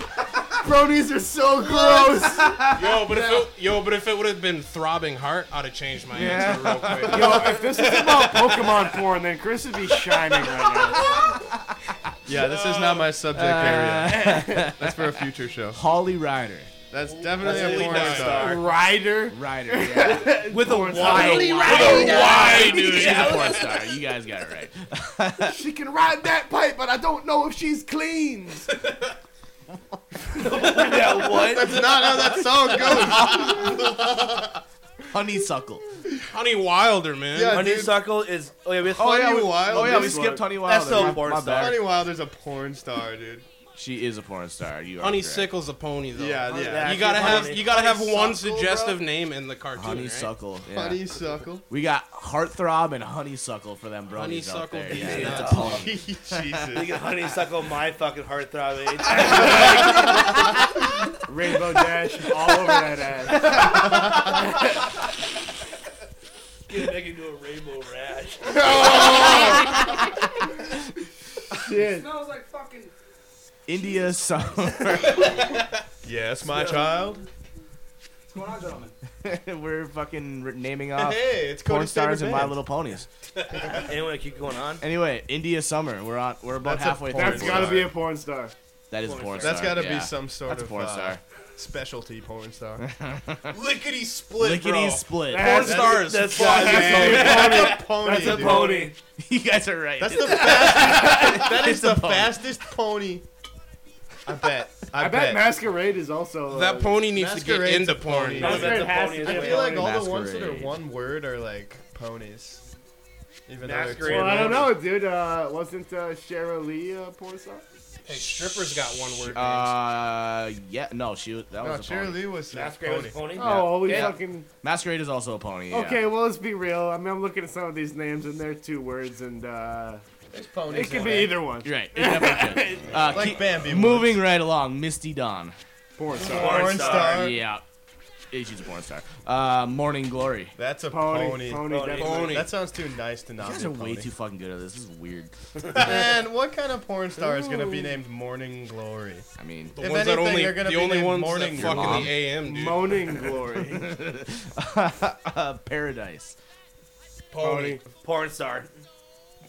J: one.
B: pony.
D: Oh, Yeah!
C: Bronies are so gross. [laughs]
K: Yo, but if it, yo, but if it would have been throbbing heart, I'd have changed my answer real quick.
C: Yo, if this is about Pokemon porn, then Chris would be shining
K: [laughs]
C: right
J: Yeah, this is not my subject area. That's for a future show.
B: Holly Ryder.
J: That's definitely
C: That's
J: a porn
C: not.
J: star.
C: Ryder.
B: Ryder. Yeah.
C: With a
B: Why?
C: Y.
B: Why, dude? She's a porn star. You guys got it right.
C: She can ride that pipe, but I don't know if she's clean.
B: yeah, what?
J: That's not how that song goes.
B: Honeysuckle.
A: Honey Wilder, man.
J: Yeah, dude.
D: Honeysuckle is. Oh yeah, we have
J: Oh,
B: yeah,
J: yeah,
B: we,
J: we- Wild
B: oh, yeah, we
J: is
B: skipped
J: one.
B: Honey Wilder.
D: That's so
B: My-
D: porn
B: my
D: star.
B: bad.
J: Honey Wilder's a porn star, dude.
B: She is a porn star. You are
A: Honey
B: correct.
A: Sickle's a pony though.
J: Yeah, yeah.
A: You gotta have you gotta have one
J: Honeysuckle,
A: suggestive name in the cartoon. right?
B: Honeysuckle. Yeah.
J: [laughs] Honeysuckle.
B: We got heartthrob and honeysuckle for them bronies out
A: Honeysuckle
B: there.
A: beats
B: Yeah,
A: it
B: that's a
A: up.
B: poem.
J: [laughs] Jesus.
D: Thinking honeysuckle, my fucking heartthrob.
C: Rainbow Dash all over that ass.
D: Get make into a rainbow rash.
J: Shit.
L: Smells like fucking.
B: India summer.
J: Yes, my child.
L: What's going on, gentlemen?
B: [laughs] We're fucking re- naming off
J: Hey, it's
B: porn
J: Cody's
B: stars and
J: favorite
B: My
J: band.
B: Little Ponies.
D: Anyway, keep going on.
B: Anyway, India summer. We're on. We're about
J: That's a
B: halfway.
J: porn
B: through.
C: That's gotta be a porn star.
B: That is a porn star.
J: That's got to
B: yeah.
J: be some sort
B: That's a
J: of
B: porn
J: uh,
B: star.
J: specialty
B: [laughs]
J: porn star.
A: Lickety split,
B: Lickety split. [laughs]
A: Porn
C: That's-
A: stars.
D: That's
J: That's a pony.
C: That's a
J: dude.
C: pony.
B: you guys are right.
J: That's the fastest. that
B: It's
J: is
B: a
J: the
B: pony.
J: fastest pony. I bet. I,
C: I bet Masquerade is also. uh,
A: that pony needs to get
J: Masquerade's
A: into
J: a
A: porn.
J: pony. That's
C: Masquerade has to be
J: I
C: a
J: feel like
C: pony.
J: all the ones that are
B: Masquerade.
J: one word are like ponies. Even though they're
D: Masquerade.
J: two
C: Well, I don't
J: words.
C: know, dude. Uh, wasn't uh, Shara Lee a porn star?
A: Hey, strippers got one word. names.
B: Uh, yeah, no, she was- that
J: No,
B: was a pony.
J: Cheryl Lee was a
D: Masquerade was
J: pony.
D: a pony.
C: Oh, we
B: Yeah.
C: fucking.
B: Masquerade is also a pony. Yeah.
C: Okay, well, let's be real. I mean, I'm looking at some of these names, and they're two words, and uh,
J: There's
C: it
J: ponies.
C: could
J: in
C: be
J: there.
C: either one.
B: You're right. It
J: [laughs]
B: definitely could. Uh,
J: Like
B: keep-
J: Bambi would.
B: Moving right along, Misty Dawn.
C: Porn star.
J: Porn,
D: Porn
J: star.
D: star.
B: Yeah, Yeah, she's a porn star. Uh, Morning Glory.
J: That's a
C: Pony,
J: pony.
C: pony,
D: Pony.
C: definitely.
A: Pony.
J: That sounds too nice to not
B: You guys
J: be a
B: are way
J: pony.
B: too fucking good at this. This is weird.
J: Man, what kind of porn star is gonna be named Morning Glory?
B: I mean, [laughs]
A: the
J: if
A: ones that
J: anything,
A: only
J: they're gonna
A: the
J: be
A: only
J: named
A: ones
J: morning
A: that fuck in
B: mom.
A: the AM, dude.
C: Moaning glory.
B: uh, Paradise.
A: Pony.
D: Porn star.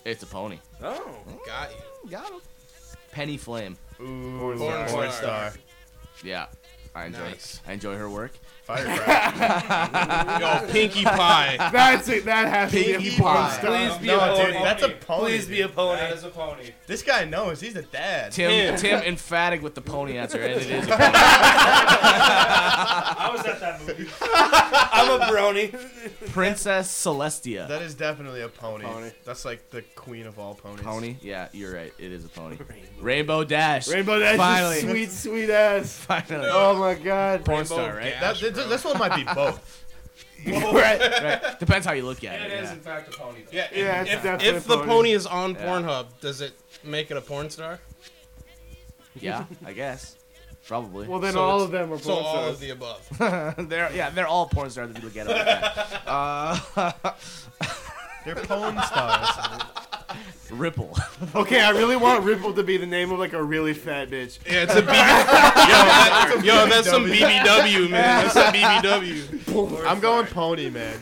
B: It's a pony. Mm,
D: Oh.
A: Got you.
B: Got him. Penny Flame.
J: Ooh,
C: Porn
J: porn
C: star.
J: star.
A: Porn star.
B: Yeah, I enjoy.
A: Nice.
B: I enjoy her work.
J: Firecracker.
A: Yo, Pinkie Pie.
C: [laughs] That's it. That has to be
B: Pinkie
C: a porn
B: pie.
C: star.
D: Please be a
J: no,
D: pony.
J: dude, that's a pony.
D: Please be a pony.
A: a pony.
J: This guy knows. He's a dad.
B: Tim,
A: Yeah.
B: Tim, emphatic with the pony answer, and it is a pony.
D: [laughs] I was at that movie. I'm a brony.
B: Princess Celestia.
J: That is definitely a pony.
C: Pony.
J: That's like the queen of all ponies.
B: pony. Yeah, you're right. It is a pony. Rainbow Dash.
C: Rainbow Dash
B: Finally.
C: is sweet, sweet
B: [laughs]
C: ass.
B: Finally.
C: Oh my god.
B: Porn star, right?
J: That, th- th- this one might be both.
B: right, right. Depends how you look at
L: It
B: it.
L: is,
B: yeah.
L: in fact, a pony. Though.
A: Yeah.
C: Yeah, it's
A: if,
C: definitely
A: if the
C: pony.
A: pony is on
B: Yeah.
A: Pornhub, does it make it a porn star?
B: Yeah, I guess. Probably.
C: Well, then
A: So
C: all
A: it's-
C: of them are porn
A: So all
C: stars.
A: of the above.
B: [laughs] they're yeah, they're all porn stars if you look at it like that. Uh,
J: They're pone
A: [laughs]
J: stars.
B: Ripple. [laughs]
C: Okay, I really want Ripple to be the name of like a really fat bitch.
A: Yeah, [laughs] it's a BB. yo, that, yo, that's some BBW, man. That's some BBW.
J: I'm going pony, man.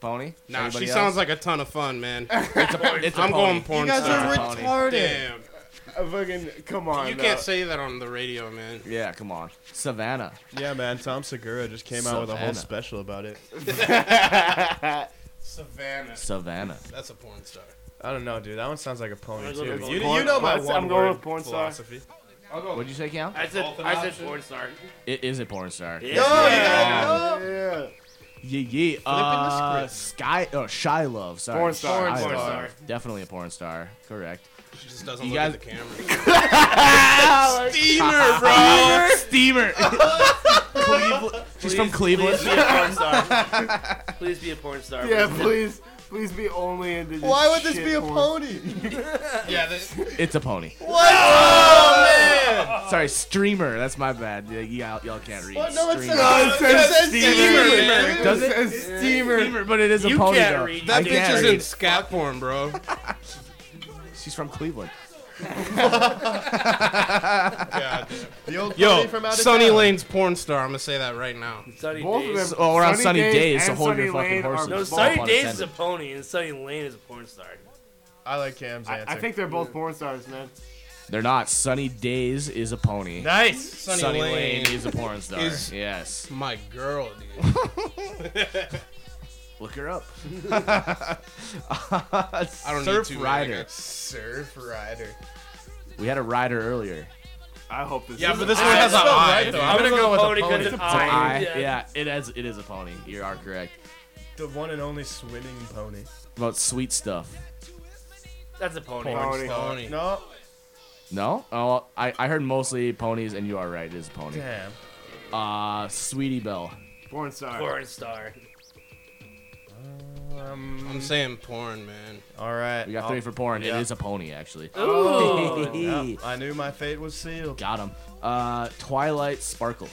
B: Pony.
A: Nah, she
B: Anybody
A: sounds
B: else?
A: like a ton of fun, man.
B: it's a, it's a
A: I'm
B: pony.
A: going porn
J: You guys
A: star.
J: are
B: Pony.
J: retarded.
A: Damn.
C: I Uh, fucking come on.
A: You
C: uh,
A: can't say that on the radio, man.
B: Yeah, come on. Savannah.
J: Yeah, man. Tom Segura just came out with a whole
B: Savannah.
J: special about it.
A: Savannah.
B: Savannah.
A: That's a porn star.
J: I don't know, dude. That one sounds like a pony
D: I'm gonna
J: too.
D: go with
J: You,
C: porn.
J: you know my
C: Let's-
J: one
C: I'm going
J: word
C: with porn star.
J: philosophy.
L: I'll go.
B: What'd you say, Cam?
D: I said,
A: Both an
D: I said
A: option.
D: porn star.
B: It is a porn star.
D: Yeah.
J: Oh,
C: Yeah.
B: Yeah, yeah. Uh, Sky. Oh, Shy Love. Sorry.
C: Porn star.
B: Shy
C: Porn
B: Love.
A: star.
B: Definitely a porn star. Correct.
A: She just doesn't
B: You
A: look
B: guys-
A: at the camera.
B: Steamer, bro.
A: [laughs]
B: Steamer. Cleveland. She's from Cleveland.
D: Please be a porn star. please be a porn star.
C: Yeah, [laughs] please, please be only into. just
J: Why would this
C: shit
J: be a
C: porn.
J: pony?
A: yeah, the,
B: It's a pony.
J: What? Oh, man!
B: Sorry, streamer. That's my bad. Yeah, y'all, y'all can't read.
J: What? No, it
B: Streamer.
J: says,
C: No, it says steamer,
A: man.
J: man.
B: Does it?
C: Says steamer.
B: Steamer, but it is a
D: You
B: pony
D: can't
B: though.
D: read.
B: I
A: that
B: can't
A: bitch is
B: read.
A: in scat porn, bro.
B: She's from Cleveland.
A: God.
J: The old pony
A: Yo,
J: from out of
A: Sunny
J: town.
A: Lane's porn star. I'm gonna say that right now.
D: Sunny
C: Both of
D: Days.
C: them.
B: Oh, we're on Sunny Days, so
C: and
B: hold your
C: Sunny
B: fucking
C: Lane are
B: horses.
D: No,
C: both-
D: Sunny
B: pun
D: Days is a
B: intended.
D: pony and Sunny Lane is a porn star.
J: I like Cam's
C: I,
J: answer.
C: I think they're both porn stars, man.
B: They're not. Sunny Days is a pony.
J: Nice.
B: Sunny, Lane. is a porn star.
M: is-
B: yes.
M: My girl, dude.
B: Look her [laughs] up.
M: I don't
B: Surf
M: need to
B: rider.
M: Like a surf rider.
B: We had a rider earlier.
N: I hope this.
M: Yeah,
N: is
M: but
N: a-
M: this one has a eye.
J: though.
M: dude.
J: I'm gonna go with
D: pony
J: the
D: 'cause
J: pony.
D: it's
B: It's an
D: I.
B: eye. Yeah, it has. It is a pony. You are correct.
J: The one and only swimming pony.
B: About sweet stuff.
D: That's a pony.
J: Pony.
M: Pony.
J: No,
B: No? Oh, I, I heard mostly ponies, and you are right. It is a pony.
J: damn.
B: Uh, Sweetie Belle.
N: Porn star.
D: Porn star.
J: Um,
M: I'm saying porn, man.
J: all right.
B: We got
J: I'll-
B: three for porn.
J: Yeah.
B: It is a pony, actually. [laughs]
J: Yeah, I knew my fate was sealed.
B: Got him. Uh, Twilight Sparkle.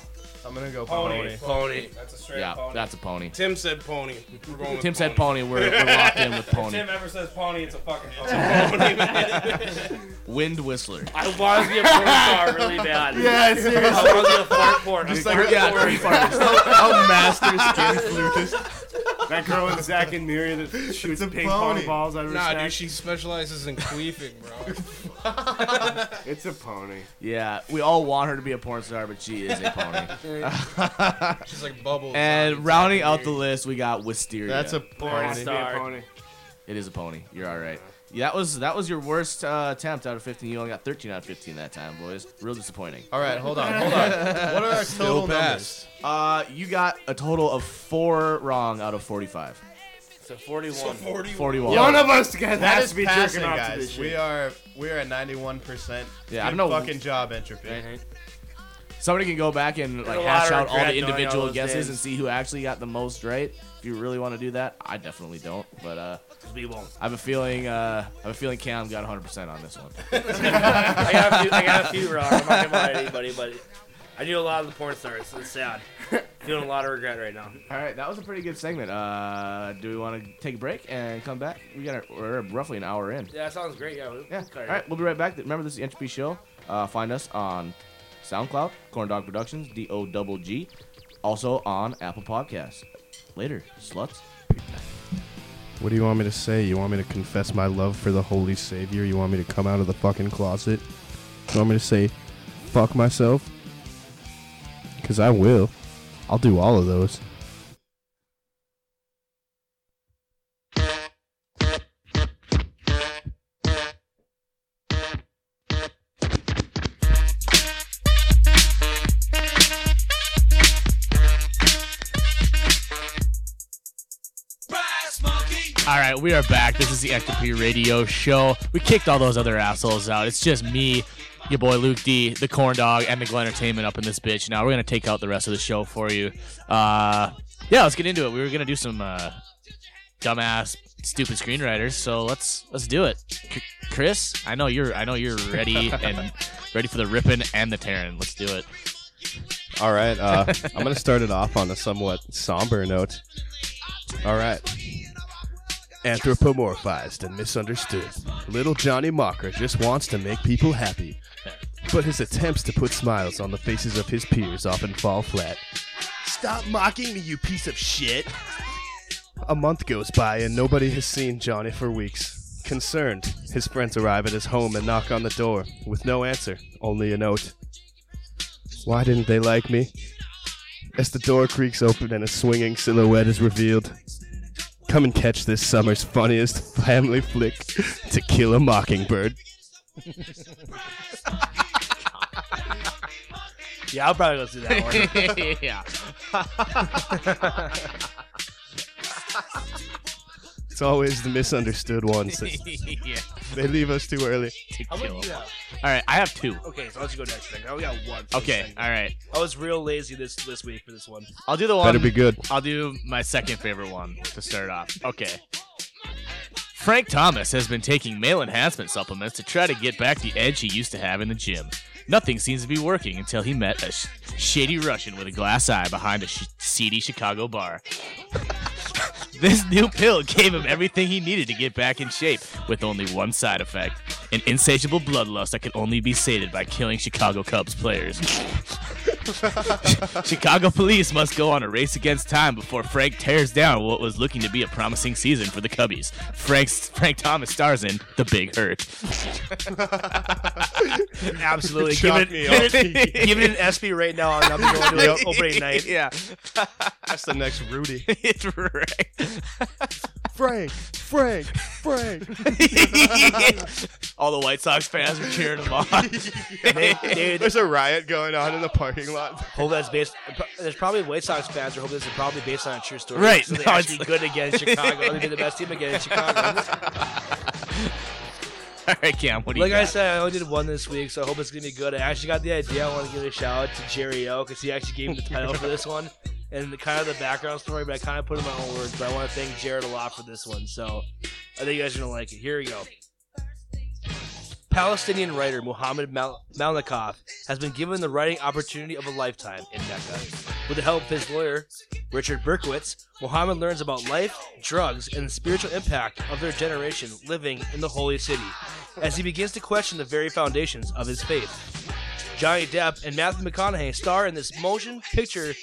J: I'm gonna go pony.
M: Pony.
O: That's a straight
B: Yeah, that's a pony.
M: Tim said pony. We're going with
B: Tim said pony. We're, we're locked
O: [laughs]
B: in with pony.
O: Tim ever says pony, it's a fucking pony.
B: Wind Whistler.
D: I want to be
C: [laughs]
D: a porn star really bad. Yeah, seriously. I want to be a fart porn. Just
B: yeah, three farters.
J: Oh, master skin flutist.
C: That girl in Zack and Miri that shoots
J: a
C: ping pong
J: pony.
C: balls out of her
M: Nah,
C: snack.
M: dude, she specializes in queefing,
J: [laughs]
M: bro.
C: It's a pony.
B: [laughs] Yeah, we all want her to be a porn star, but she is a
O: [laughs]
B: pony.
M: She's like bubbles.
B: and rounding out the list, we got Wisteria.
J: That's a
D: porn
J: pony.
D: star.
C: Pony.
B: It is a pony. You're all right. Yeah, that was that was your worst uh, attempt out of 15. You only got 13 out of 15 that time, boys. Real disappointing.
J: All right, hold on,
B: [laughs]
J: hold on. What are our total numbers?
B: Uh, you got a total of four wrong out of 45.
D: So 41.
B: [laughs] 41.
C: One of us guys
J: That
C: has
J: is
C: to be
J: passing,
C: jerking off to this
J: guys.
C: shit.
J: We are we are at 91. percent
B: Yeah, I don't know-
J: Fucking job, entropy.
B: Somebody can go back and like
D: a lot
B: hash
D: of
B: out all
D: regret
B: the
D: knowing all
B: individual
D: those
B: guesses
D: names.
B: and see who actually got the most right. If you really want to do that, I definitely don't. But uh,
D: We won't.
B: I have a feeling. Uh, I have a feeling Cam got 100% on this one.
D: I got a few, I got a few wrong. I'm not gonna lie to anybody, but I knew a lot of the porn stars. It's sad. Feeling a lot of regret right now.
B: All right, that was a pretty good segment. Uh, do we want to take a break and come back? We got our, we're roughly an hour in.
D: Yeah, that sounds great. Yeah. we-
B: Yeah.
D: cut
B: All
D: it.
B: right, we'll be right back. Remember, this is the Entropy Show. Uh, find us on SoundCloud, Corn Dog Productions, D O double G. Also on Apple Podcasts. Later, sluts.
J: What do you want me to say? You want me to confess my love for the Holy Savior? You want me to come out of the fucking closet? You want me to say, fuck myself? Because I will. I'll do all of those.
A: All right, we are back. This is the Entropy Radio Show. We kicked all those other assholes out. It's just me, your boy Luke D, the Corn Dog, and the Glen Entertainment up in this bitch. Now we're gonna take out the rest of the show for you. Uh, yeah, let's get into it. We were gonna do some uh, dumbass, stupid screenwriters. So let's let's do it. C- Chris, I know you're I know you're ready and ready for the ripping and the tearing. Let's do it.
J: All right, uh, I'm going to start it off on a somewhat somber note. All right. Anthropomorphized and misunderstood, little Johnny Mocker just wants to make people happy. But his attempts to put smiles on the faces of his peers often fall flat. Stop mocking me, you piece of shit! A month goes by and nobody has seen Johnny for weeks. Concerned, his friends arrive at his home and knock on the door with no answer, only a note. Why didn't they like me? As the door creaks open and a swinging silhouette is revealed. Come and catch this summer's funniest family flick, To Kill a Mockingbird.
D: Yeah, I'll probably go through that one.
A: [laughs] yeah.
J: It's always the misunderstood ones. That
A: [laughs] yeah.
J: they leave us too early.
A: To
D: How
A: kill
D: about you
J: uh,
A: 'em.
D: have?
A: All right, I have two.
D: Okay, so let's go next thing. I only got one. for this
A: Okay,
D: thing.
A: all right.
D: I was real lazy this this week for this one.
A: I'll do the one.
J: Better be good.
A: I'll do my second favorite one to start off. Okay. Frank Thomas has been taking male enhancement supplements to try to get back the edge he used to have in the gym. Nothing seems to be working until he met a sh- shady Russian with a glass eye behind a sh- seedy Chicago bar. [laughs] this new pill gave him everything he needed to get back in shape, with only one side effect. an insatiable bloodlust that can only be sated by killing Chicago Cubs players. Chicago police must go on a race against time before Frank tears down what was looking to be a promising season for the Cubbies. Frank's, Frank Thomas stars in The Big Hurt. [laughs] Absolutely.
D: Chalk
A: Give it,
D: me
A: give,
D: up.
A: it,
D: Give it an SB right now, and I'm going to
B: Oh,
D: the opening
A: [laughs]
D: night.
A: Yeah.
C: That's the next Rudy.
A: [laughs] it's right.
D: Frank, Frank, Frank.
A: [laughs] All the White Sox fans are cheering [laughs] him on.
D: Dude,
C: There's a riot going on in the parking lot.
D: hope that's based. There's probably White Sox fans who hope this is probably based on a true story.
A: Right,
D: So they
A: no,
D: actually
A: it's-
D: good
A: [laughs]
D: again in Chicago. They'd be the best team again in Chicago.
A: All right, Cam, what do you
D: Like
A: got?
D: I said, I only did one this week, so I hope it's gonna be good. I actually got the idea. I want to give a shout out to Jerry O because he actually gave me the title for this one and the, kind of the background story, but I kind of put it in my own words. But I want to thank Jared a lot for this one, so I think you guys are gonna like it. Here we go. Palestinian writer Mohammed Mal- Malnikoff has been given the writing opportunity of a lifetime in Mecca. With the help of his lawyer, Richard Berkowitz, Mohammed learns about life, drugs, and the spiritual impact of their generation living in the holy city as he begins to question the very foundations of his faith. Johnny Depp and Matthew McConaughey star in this motion picture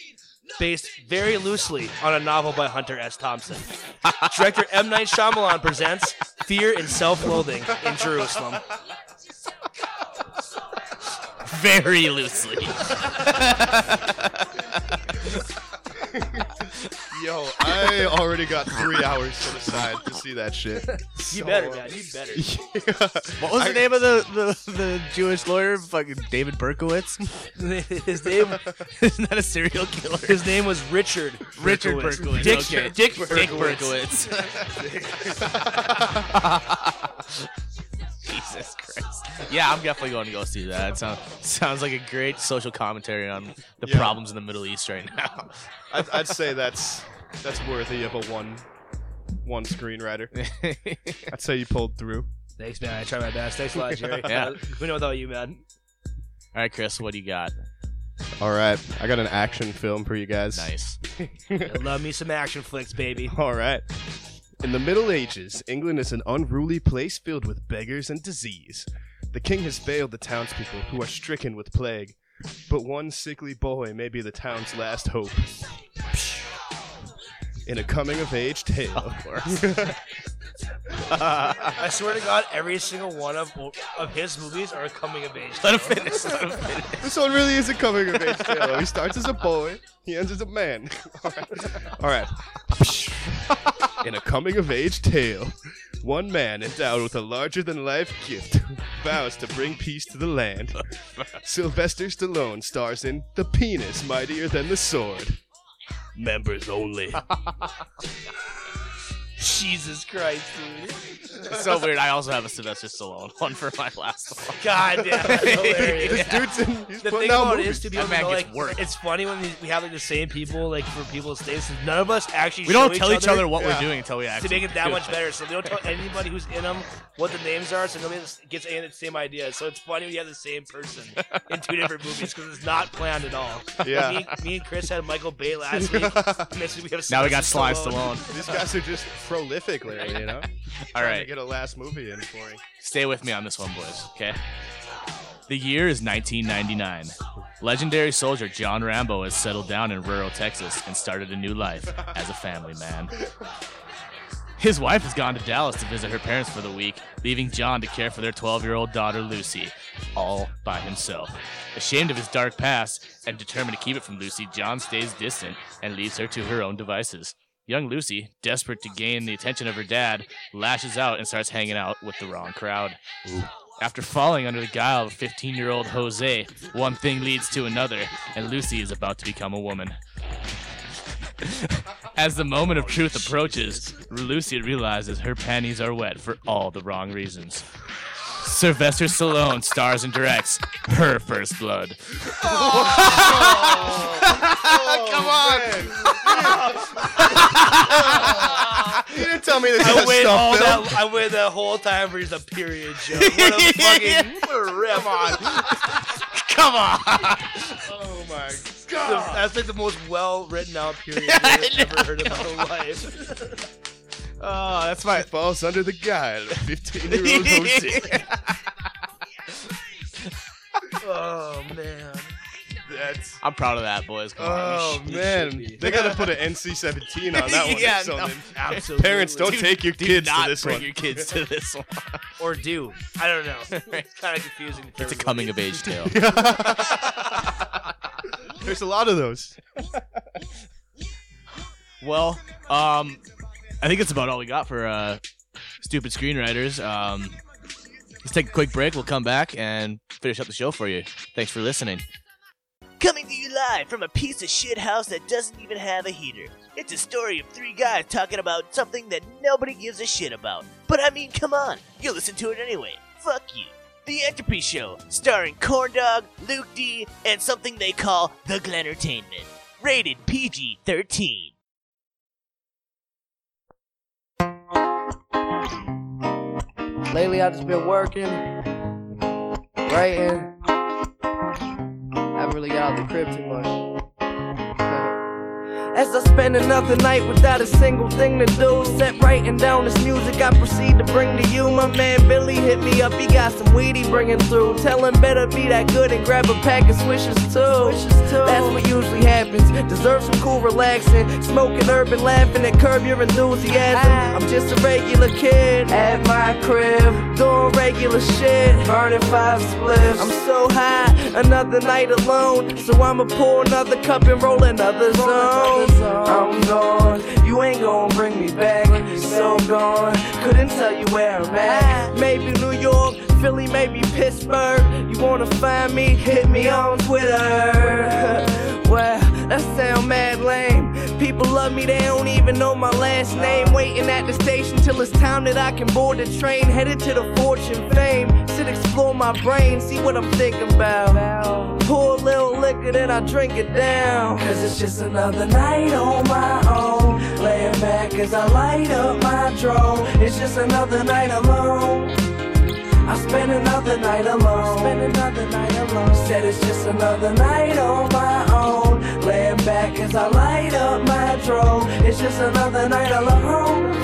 D: based very loosely on a novel by Hunter S. Thompson. Director M. Night Shyamalan presents Fear and Self Loathing in Jerusalem.
A: Very loosely.
C: Yo, I already got three hours set aside to see that shit.
D: You better, man. You better. [laughs]
A: What was the name of the, the, the Jewish lawyer? Fucking David Berkowitz? [laughs]
D: His name,
A: Isn't that a serial killer?
D: his name was Richard.
A: Richard Berkowitz.
D: Berkowitz. Dick,
A: okay.
D: Dick
A: Dick
D: Berkowitz.
A: Berkowitz. [laughs] Jesus Christ. Yeah, I'm definitely going to go see that. It sounds, sounds like a great social commentary on the
C: Yeah.
A: problems in the Middle East right now. [laughs]
C: I'd, I'd say that's that's worthy of a one one
J: [laughs]
C: screenwriter. I'd say you pulled through.
D: Thanks, man. I tried my best. Thanks a lot, Jerry.
A: [laughs] Yeah.
D: We know without you, man.
A: All right, Chris, what do you got?
C: All right, I got an action film for you guys.
A: Nice.
D: Love me some action flicks, baby.
C: All right. In the Middle Ages, England is an unruly place filled with beggars and disease. The king has failed the townspeople, who are stricken with plague. But one sickly boy may be the town's last hope. In a coming of age
J: [laughs]
C: tale.
D: I swear to God, every single one of of his movies are a coming of age.
A: Let him finish. Let him finish.
C: this one really is a coming of age tale. He starts as a boy, he ends as a man. All right. All right. In a coming of age tale, one man endowed with a larger than life gift vows to bring peace to the land. Sylvester Stallone stars in The Penis Mightier Than the Sword. Members only.
D: Jesus Christ, dude.
A: It's so weird. I also have a Sylvester Stallone [laughs] one for my last
J: [laughs]
A: one.
D: God damn,
A: [laughs]
D: that's hilarious.
C: this dude's in, he's
D: The
C: putting
D: thing
C: out
D: about it
C: movies.
D: is to be
A: That
D: able
A: man
D: to know,
A: gets
D: like,
A: work.
D: it's funny when we have like the same people like for people's states. and None of us actually
A: We don't
D: show
A: tell each other what
C: Yeah.
A: we're doing until we actually
D: to make it that
A: do
D: much better. So they
A: [laughs]
D: don't tell anybody who's in them what the names are, so nobody else gets any of the same ideas. So it's funny we have the same person in two different movies because it's not planned at all.
C: Yeah.
D: Me, me and Chris had Michael Bay last [laughs] week. and this week we have
A: Now we got Sly
D: Sylvester
A: Stallone.
D: [laughs]
C: These guys are just prolific lately, you know?
A: All
C: Trying to
A: right,
C: get a last movie in for him.
A: stay with me on this one, boys. Okay. The year is 1999. Legendary soldier John Rambo has settled down in rural Texas and started a new life as a family man. His wife has gone to Dallas to visit her parents for the week, leaving John to care for their 12 year old daughter Lucy, all by himself. Ashamed of his dark past and determined to keep it from Lucy, John stays distant and leaves her to her own devices. Young Lucy, desperate to gain the attention of her dad, lashes out and starts hanging out with the wrong crowd. After falling under the guile of 15 year old Jose, one thing leads to another, and Lucy is about to become a woman. As the moment of truth approaches, Lucy realizes her panties are wet for all the wrong reasons. Sylvester Stallone stars and directs her first blood.
C: Come on! you didn't tell me this
D: I
C: was
D: waited
C: stuff,
D: all
C: Bill.
D: that. I waited the whole time for just a period [laughs] joke. What a fucking what a rip on.
A: [laughs] Come on!
C: Oh my
D: That's like the most well written
A: [laughs]
D: out period joke I've ever heard in my life.
J: [laughs]
C: Oh, that's my falls under the guile of 15 year old Jose.
D: Oh,
B: I'm proud of that, boys. Come
J: Oh
A: [laughs]
B: on. we should- we should
J: man,
B: be.
J: they gotta put an NC-17 on [laughs] that one.
B: yeah,
J: or
B: no,
J: something.
B: absolutely.
J: Parents, don't
B: Do-
J: take your
B: do [laughs]
J: [laughs] kids
B: not
J: to this
B: bring
J: one.
B: your kids to this one.
P: or do. I don't know. [laughs] it's kind of confusing.
B: It's a coming of age tale.
J: [laughs] There's a lot of those.
B: Well, um, I think that's about all we got for uh, stupid screenwriters. Um, let's take a quick break. We'll come back and finish up the show for you. Thanks for listening.
Q: Coming to you live from a piece of shit house that doesn't even have a heater. It's a story of three guys talking about something that nobody gives a shit about. But I mean, come on, you listen to it anyway. Fuck you. The Entropy Show, starring Corndog, Luke D, and something they call the Glentertainment. Rated PG 13.
R: Lately, I just been working, writing. I haven't really got out the crib too much.
S: As I spend another night without a single thing to do, set writing down this music I proceed to bring to you. My man Billy hit me up, he got some weed he bringing through. Tell him better be that good and grab a pack of swishes too. That's what usually happens. Deserve some cool relaxing, smoking urban, laughing and curb your enthusiasm. I'm just a regular kid at my crib, doing regular shit, burning five spliffs. I'm so high, another night alone, so I'ma pour another cup and roll another zone. I'm gone, you ain't gonna bring me back. So gone, couldn't tell you where I'm at. Maybe New York, Philly, maybe Pittsburgh. You wanna find me? Hit me on Twitter. [laughs] Well, that sound mad lame. People love me, they don't even know my last name. Waiting at the station till it's time that I can board the train. Headed to the fortune fame. Should explore my brain, see what I'm thinking about. Pour a little liquor, then I drink it down. Cause it's just another night on my own. Laying back as I light up my drone. It's just another night alone. I spend another night alone. Spend another night alone. Said it's just another night on my own. Laying back as I light up my drone. It's just another night alone.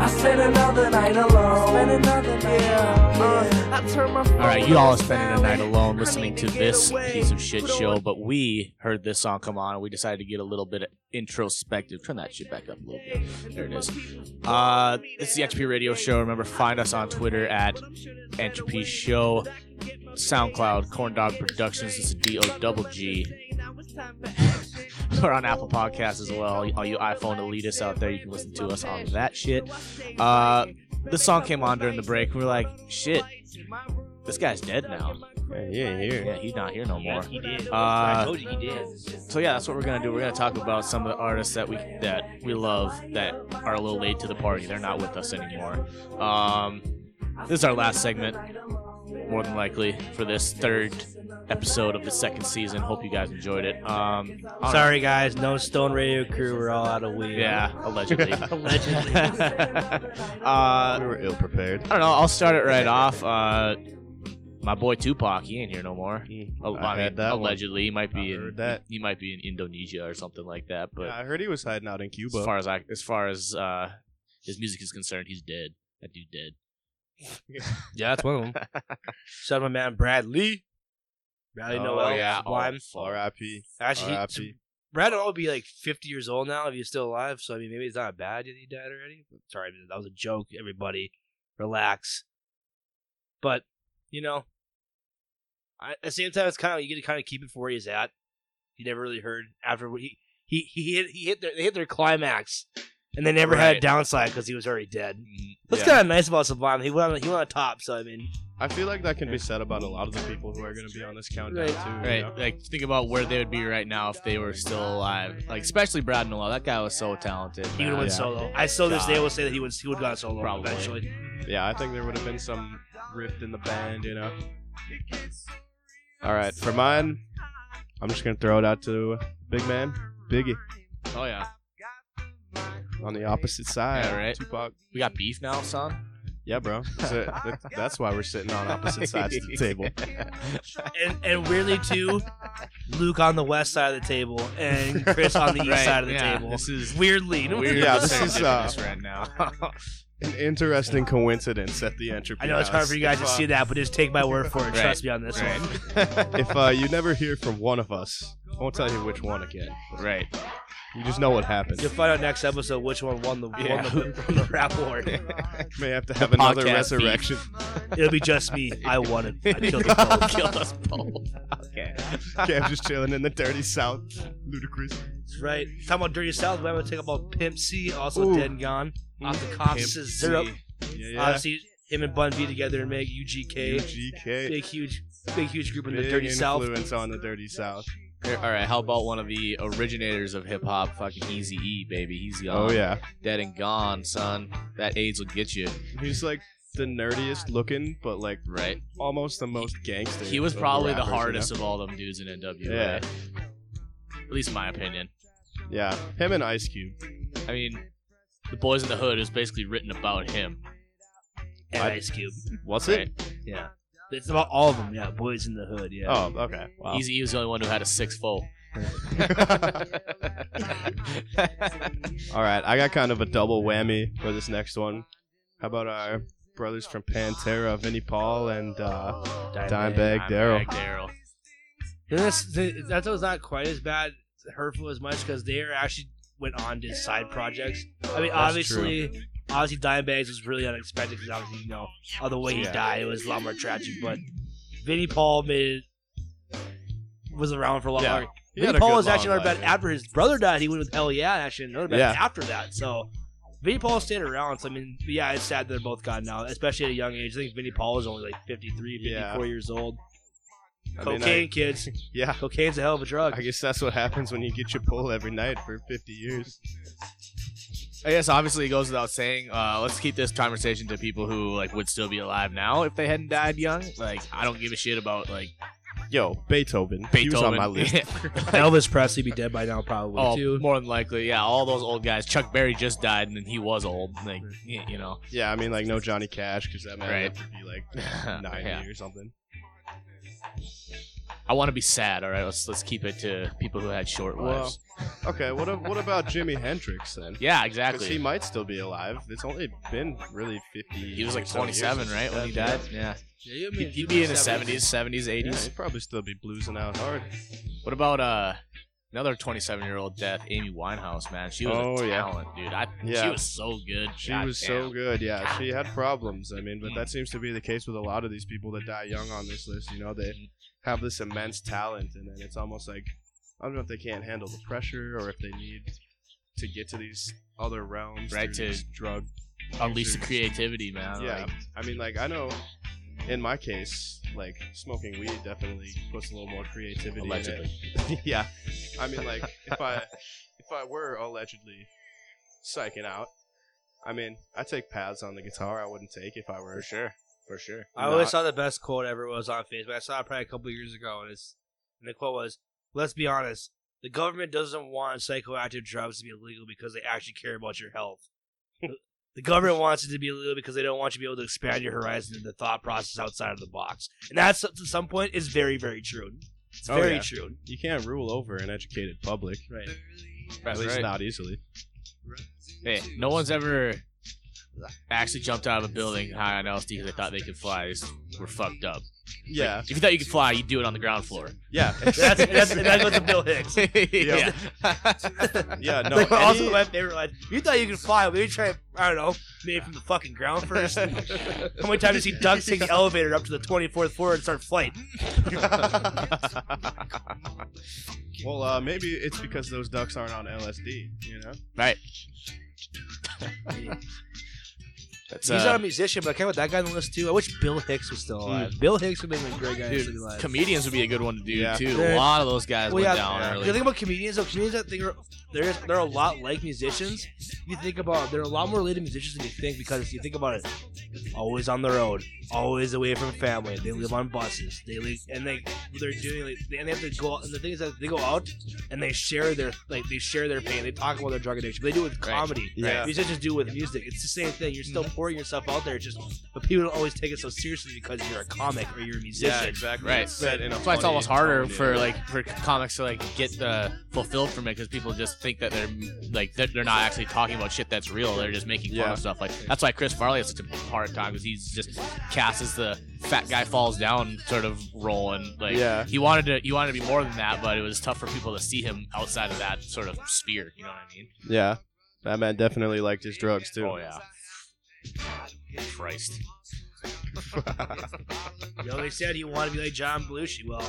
S: I spend another night alone. Spend another night alone. Yeah. uh, I turn my
A: All right, you all are spending the night alone listening to this piece of shit show, but we heard this song come on and we decided to get a little bit introspective. Turn that shit back up a little bit. There it is. Uh, this is the XP Radio Show. Remember, find us on Twitter at Entropy Show, SoundCloud, Corndog Productions. This is D O double G. We're on Apple Podcasts as well. All you iPhone elitists out there, you can listen to us on that shit. Uh, this song came on during the break. We were like, shit, this guy's dead now. Yeah, he ain't here. Yeah, he's not here no more.
P: He did.
A: Uh,
P: I told you he did.
A: So yeah, that's what we're gonna do. We're gonna talk about some of the artists that we that we love that are a little late to the party. They're not with us anymore. Um, this is our last segment, more than likely, for this third episode of the second season. Hope you guys enjoyed it. Um, I don't
D: Sorry, guys. No Stone Radio crew. We're all out of
A: know.
D: weed.
A: Yeah,
J: [laughs]
A: allegedly.
J: Oh,
D: Allegedly.
A: uh, we were ill prepared. I don't know. I'll start it right off. Uh, my boy Tupac, he ain't here no more. Oh,
J: I
A: mean,
J: heard that one.
A: allegedly, he might be in,
J: that.
A: He, he might be in Indonesia or something like that. But
J: Yeah, I heard he was hiding out in Cuba.
A: as far as I, as far as uh, his music is concerned, he's dead. That dude dead.
D: yeah, that's
A: [laughs]
D: one of them. Shout out my man Brad Lee. Bradley
A: Oh,
D: Noel.
A: yeah.
D: Sublime.
A: Oh,
J: R.I.P.
D: Actually, he, so
J: R.I.P.
D: Brad Noel would be like 50 years old now if he's still alive. So, I mean, maybe it's not bad that he died already. Sorry, that was a joke, everybody. Relax. But, you know, I, at the same time, it's kind of, you get to kind of keep it for where he's at. He never really heard after what he, he, he hit, he hit their, they hit their climax and they never had a
A: Right.
D: downside because he was already dead. That's
J: yeah.
D: kind of nice about Sublime. He went on, he went on top. So, I mean,
J: I feel like that can be said about a lot of the people who are going to be on this countdown
D: Right.
J: too.
A: Right, like think about where they would be right now if they were still alive. Like especially Brad Noel, that guy was so talented.
D: he would
A: man.
D: have went solo. I still this
A: God.
D: day will say that he would, he would have gone solo
A: Probably.
D: eventually.
J: Yeah, I think there would have been some rift in the band, you know. All right, for mine, I'm just gonna throw it out to Big Man, Biggie,
A: Oh yeah.
J: on the opposite side.
A: Yeah, right.
J: Tupac.
A: We got beef now, son.
J: [laughs] Yeah, bro. So that- that's why we're sitting on [laughs] opposite sides of the table.
D: and, and weirdly too, Luke on the west side of the table and Chris on the east
A: Right,
D: side of the
A: yeah,
D: table.
A: this is
D: weirdly,
A: weird
J: Yeah, this is uh,
A: serendipitous right now.
J: an interesting coincidence at the entropy.
D: I know it's hard for you guys to see that, but just take my word for it.
J: Right,
D: Trust me on this
A: right.
D: one.
J: if uh, you never hear from one of us, I won't tell you which one again.
A: Right.
J: You just know what happened.
D: You'll find out next episode which one won the,
J: Yeah.
D: won the, won the rap war.
J: May have to have another resurrection.
D: It'll be just me. I won it. I killed us both.
A: Killed us both.
J: Okay. Cam's just chilling in the dirty south. Ludicrous.
D: That's right. Talking about Dirty South, we're going to take about Pimp C, also
J: Ooh.
D: dead and gone. Off the cops
J: Pimp
D: is zero.
J: C. [laughs] Yeah, yeah.
D: Obviously, him and Bun B together and make UGK.
J: UGK.
D: Big, huge, big, huge group in the
J: Big
D: Dirty South.
J: influence on the Dirty South.
B: All right, how about one of the originators of hip hop, fucking Easy E, baby? He's gone.
J: Oh, yeah.
B: Dead and gone, son. That AIDS will get you.
J: He's like the nerdiest looking, but like
B: right,
J: almost the most gangster.
B: He was
J: of
B: probably the
J: rappers, you know?
B: hardest of all them dudes in NWA.
J: Yeah.
B: At least in my opinion.
J: Yeah, him and Ice Cube.
B: I mean, The Boys in the Hood is basically written about him.
D: And Ice Cube.
J: What's
B: it?
D: Yeah. It's about all of them. Yeah. Boys in the Hood. Yeah.
J: Oh, okay. Wow. [laughs]
B: Easy E was the only one who had a six fold.
J: All right, I got kind of a double whammy for this next one. How about our brothers from Pantera, Vinnie Paul and uh, Dimebag Daryl?
D: And This, th- that was not quite as bad, hurtful as much because they are actually went on to side projects. I mean,
T: That's
D: obviously, obviously, Dimebags was really unexpected because obviously, you know, of the way he
T: Yeah.
D: died, it was a lot more tragic. But Vinnie Paul made was around for a lot
T: Yeah.
D: longer.
T: He had
D: Vinnie
T: a
D: Paul
T: good
D: was actually
T: long
D: another band.
T: life, yeah.
D: After his brother died, he went with L.E.I. actually another band
T: Yeah.
D: after that. So Vinnie Paul stayed around. So I mean, yeah, it's sad that they're both gone now, especially at a young age. I think Vinnie Paul is only like 53, 54
J: Yeah.
D: years old.
J: I mean,
D: Cocaine,
J: I-
D: kids.
J: Yeah,
D: cocaine's a hell of a drug.
J: I guess that's what happens when you get your pull every night for 50 years.
B: I guess obviously it goes without saying. Uh, let's keep this conversation to people who like would still be alive now if they hadn't died young. Like I don't give a shit about like
J: Yo, Beethoven. He was on
B: Beethoven.
J: my list.
D: Elvis Presley be dead by now,
B: [laughs]
D: probably
B: oh,
D: too.
B: more than likely, yeah. All those old guys. Chuck Berry just died, and then he was old. Like y- you
J: [laughs]
B: know,
J: Yeah, I mean, like, no Johnny Cash, because that man
B: Right. Uh,
J: lived to be like [laughs] 90
B: Yeah.
J: or something.
B: I want to be sad. All right, let's let's keep it to people who had short
J: Well,
B: lives.
J: okay, what, a- what about Jimi Hendrix then?
B: Yeah,
J: 'Cause
B: exactly.
J: He might still be alive. It's only been really 50.
B: He was like
J: or so years
B: 27,
J: since
B: right, when he died? Yeah. Yeah, he would've been He'd be in his 70s, 70s, 80s.
J: Yeah, he'd probably still be bluesing out hard.
B: What about uh another 27 year old death, Amy Winehouse? Man, she was
J: Oh,
B: a
J: yeah.
B: talent, dude. I,
J: Yeah.
B: she was so good.
J: She
B: God
J: was
B: damn.
J: so good. Yeah, she had problems. I mean, but that seems to be the case with a lot of these people that die young on this list. You know, they have this immense talent, and then it's almost like I don't know if they can't handle the pressure or if they need to get to these other realms.
B: right
J: through
B: to
J: these drug
B: unleash the
J: users.
B: creativity, man.
J: Yeah,
B: like-
J: I mean, like I know, in my case, like smoking weed definitely puts a little more creativity.
B: Allegedly.
J: in it. [laughs] yeah, I mean, like if
B: [laughs]
J: I if I were allegedly psyching out, I mean, I take paths on the guitar. I wouldn't take if I were for
B: sure, for sure.
D: I always saw the best quote ever was on Facebook. I saw it probably a couple of years ago, and it's and the quote was, "Let's be honest, the government doesn't want psychoactive drugs to be illegal because they actually care about your health. [laughs] the government wants it to be illegal because they don't want you to be able to expand your horizon and the thought process outside of the box." And that's to some point is very very true. It's
J: Oh,
D: very
J: yeah.
D: true.
J: You can't rule over an educated
C: [laughs]
J: public,
D: Right.
J: At
B: That's
J: least
B: right.
J: not easily.
B: Hey, no one's ever actually jumped out of a building high on LSD because they thought they could fly. They just We're fucked up.
J: Yeah.
B: Like, if you thought you could fly, you'd do it on the ground floor.
J: Yeah.
D: That's that's, that's what the Bill Hicks. [laughs]
B: yeah.
J: [laughs] yeah, no.
D: Like, also
J: any-
D: my favorite line. You thought you could fly? Maybe try. I don't know. Maybe from the fucking ground
J: [laughs]
D: first. How many times does he duck take the elevator up to the twenty fourth floor and start flight?
J: well, uh, maybe it's because those ducks aren't on LSD, you know?
B: Right.
J: That's,
D: He's
J: uh,
D: not a musician, but I came with that guy on the list too. I wish Bill Hicks was still alive. Bill Hicks would have been a great guy
B: Dude,
D: to be alive.
B: comedians would be a good one to do
D: Yeah.
B: too.
D: They're-
B: A lot of those guys
D: Well,
B: went
D: yeah,
B: down
D: yeah.
B: early.
D: The thing about comedians, though, comedians that think are, they're they're a lot like musicians. You think about they're a lot more related to musicians than you think because you think about it, always on the road, always away from family. They live on buses. They live and they they're doing like they, and they have to go out. And the thing is that they go out and they share their like they share their pain. They talk about their drug addiction. But they do it with comedy.
T: Right. Yeah.
B: Mm-hmm.
D: Musicians do it with music. It's the same thing. You're still pouring yourself out there. Just but people don't always take it so seriously because you're a comic or you're a musician.
A: Yeah, exactly. Right. That's why it's almost harder for like for comics to like get uh, fulfilled from it because people just think that they're like that they're not actually talking about shit that's real. They're just making fun
D: Yeah.
A: of stuff. Like that's why Chris Farley has such a hard time because he's just cast as the fat guy falls down sort of role and like
J: Yeah.
A: he wanted to he wanted to be more than that, but it was tough for people to see him outside of that sort of sphere. You know what I mean?
J: Yeah, that man definitely liked his drugs too. Oh
A: yeah. Christ.
D: [laughs] You know, they said he wanted to be like John Belushi. Well,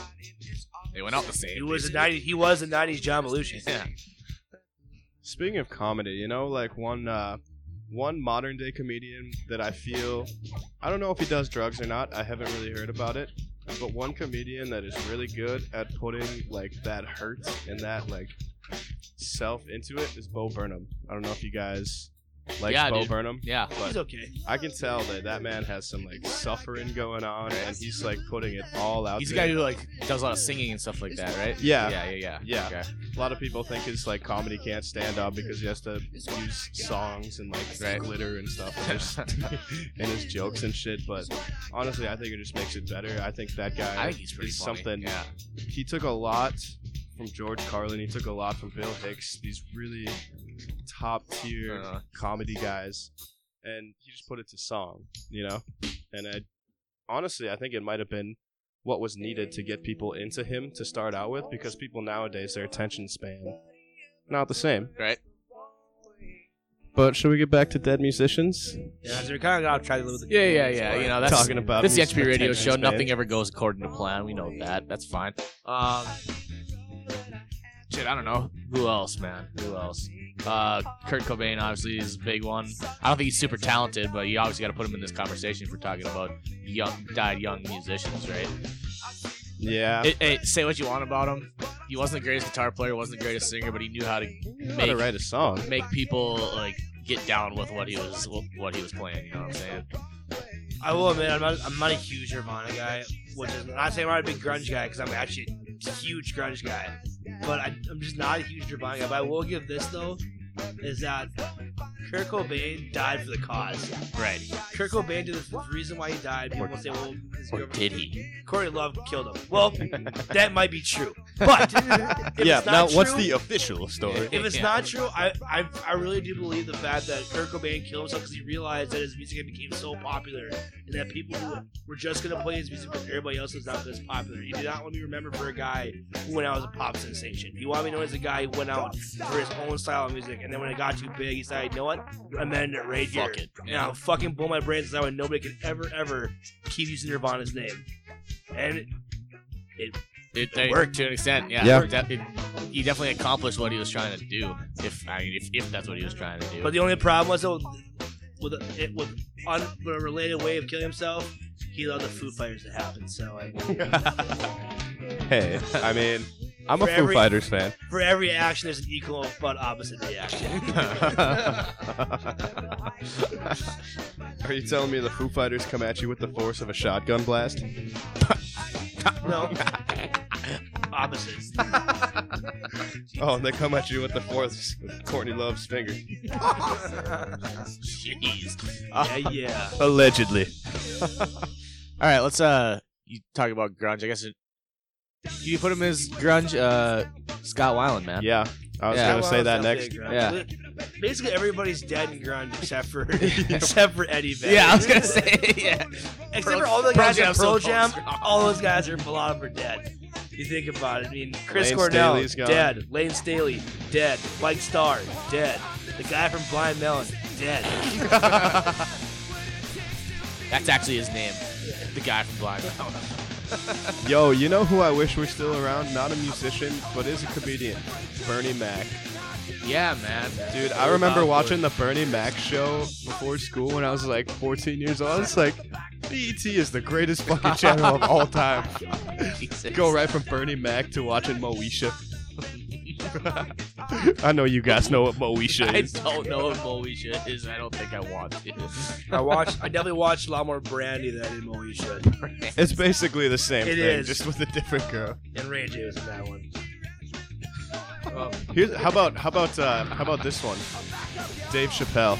A: they went out the same.
D: He was a ninety. He was a nineties John Belushi.
A: Yeah.
J: Speaking of comedy, you know, like one uh, one modern day comedian that I feel I don't know if he does drugs or not. I haven't really heard about it. But one comedian that is really good at putting like that hurt and that like self into it is Bo Burnham. I don't know if you guys like
A: Yeah,
J: Bo
A: dude.
J: Burnham.
A: Yeah.
J: but
A: He's okay.
J: I can tell that that man has some like suffering going on, and he's like putting it all out.
A: He's a
J: there.
A: guy who like does a lot of singing and stuff like that, right?
J: Yeah.
A: Yeah, yeah, yeah.
J: Yeah. A lot of people think his like comedy can't stand up because he has to use songs and like glitter and stuff
A: [laughs]
J: and his, and his jokes and shit. But honestly, I think it just makes it better. I think that guy
A: I think he's pretty
J: is
A: funny,
J: something.
A: yeah.
J: He took a lot from George Carlin. He took a lot from Bill Hicks. These really top tier comedy guys, and he just put it to song. You know, and I honestly, I think it might have been what was needed to get people into him to start out with because people nowadays their attention span not the same.
A: Right.
J: But should we get back to dead musicians?
D: Yeah, so we kind of got off track a little bit.
A: Yeah, yeah, yeah. You know, that's
J: Talking about
A: this is the
J: music
A: XP radio
J: attention
A: show.
J: span.
A: Nothing ever goes according to plan. We know that. That's fine. Um, shit, I don't know who else, man. Who else? Uh, Kurt Cobain obviously is a big one. I don't think he's super talented, but you obviously got to put him in this conversation if we're talking about young, died young musicians, right?
J: Yeah.
A: It, it- say what you want about him. He wasn't the greatest guitar player, wasn't the greatest singer, but he knew how to make,
J: how to write a song.
A: make people like get down with what he was what he was playing. You know what I'm saying?
D: I will admit, I'm not, I'm not a huge Nirvana guy, which is not saying I'm not a big grunge guy because I'm actually a huge grunge guy, but I, I'm just not a huge Nirvana guy. But I will give this though, is that Kurt Cobain died for the cause.
A: Right.
D: Kurt Cobain did this the reason why he died. People
A: Or-
D: say, well, his
A: Or
D: girlfriend-
A: did he?
D: Corey Love killed him.
A: [laughs]
D: Well, that might be true, but if
J: [laughs] yeah.
D: it's
J: Now,
D: not
J: what's
D: true-
J: the official story?
D: If it's not true, I, I I really do believe the fact that Kurt Cobain killed himself because he realized that his music had became so popular and that people who were just gonna play his music because everybody else was not this popular. He did not want to be remembered for a guy who went out as a pop sensation. He wanted to be known as a guy who went out for his own style of music. And then when it got too big, he said, "You know what? I'm ending it right here.
A: Fuck it.
D: And I'll fucking blow my brains out, and nobody can ever ever keep using Nirvana's name." And it, it
A: It,
D: It
A: it
D: worked.
A: to an extent, yeah.
D: Yeah.
A: It de- it- he definitely accomplished what he was trying to do. If I mean, if, if that's what he was trying to do.
D: But the only problem was though, with a, it, with, un, with a related way of killing himself, he allowed the Foo Fighters to happen. So I,
J: Hey, I mean, I'm a
D: For
J: Foo
D: every-
J: Fighters fan.
D: for every action, there's an equal but opposite reaction. [laughs]
J: Are you telling me the Foo Fighters come at you with the force of a shotgun blast?
A: [laughs]
D: no, opposites.
J: Oh, and they come at you with the force of Courtney Love's finger.
A: Jeez.
D: Yeah, yeah.
J: Allegedly.
A: All right, let's uh, you talk about grunge. I guess it, you put him as grunge. Uh, Scott Weiland, man.
J: Yeah, I was gonna say that next.
A: Yeah.
D: Basically, everybody's dead in grunge except
J: [laughs]
D: for [laughs] except for Eddie
A: [laughs]
D: Vedder.
A: Yeah, I was gonna say, yeah.
D: [laughs] Except
A: Pearl-
D: for all the
A: Pearl
D: guys
A: Jam's
D: at Pearl
A: so
D: Jam,
A: close.
D: all those guys are a lot of them are dead. You think about it. I mean, Chris
J: Lane
D: Cornell
J: Staley's gone.
D: dead, Lane Staley dead, Mike Starr dead, the guy from Blind Melon dead.
A: That's actually his name, the guy from Blind. Melon.
J: Yo, you know who I wish were still around? Not a musician, but is a comedian. Bernie Mac.
A: yeah, man.
J: Dude, I remember watching the Bernie Mac show before school when I was like 14 years old. I was like, BET is the greatest fucking channel of all
D: [laughs]
J: time. Go right from Bernie Mac to watching Moesha. [laughs] I know you guys know what Moesha
A: I
J: is.
A: don't know if Moesha is. I don't think I want to.
D: I watched. I definitely watched a lot more Brandy than I did Moe should.
J: It's basically the same
D: It
J: thing,
D: is.
J: just with a different girl.
D: And Ray J was in that one.
J: Here's how about how about uh, how about this one? Dave Chappelle.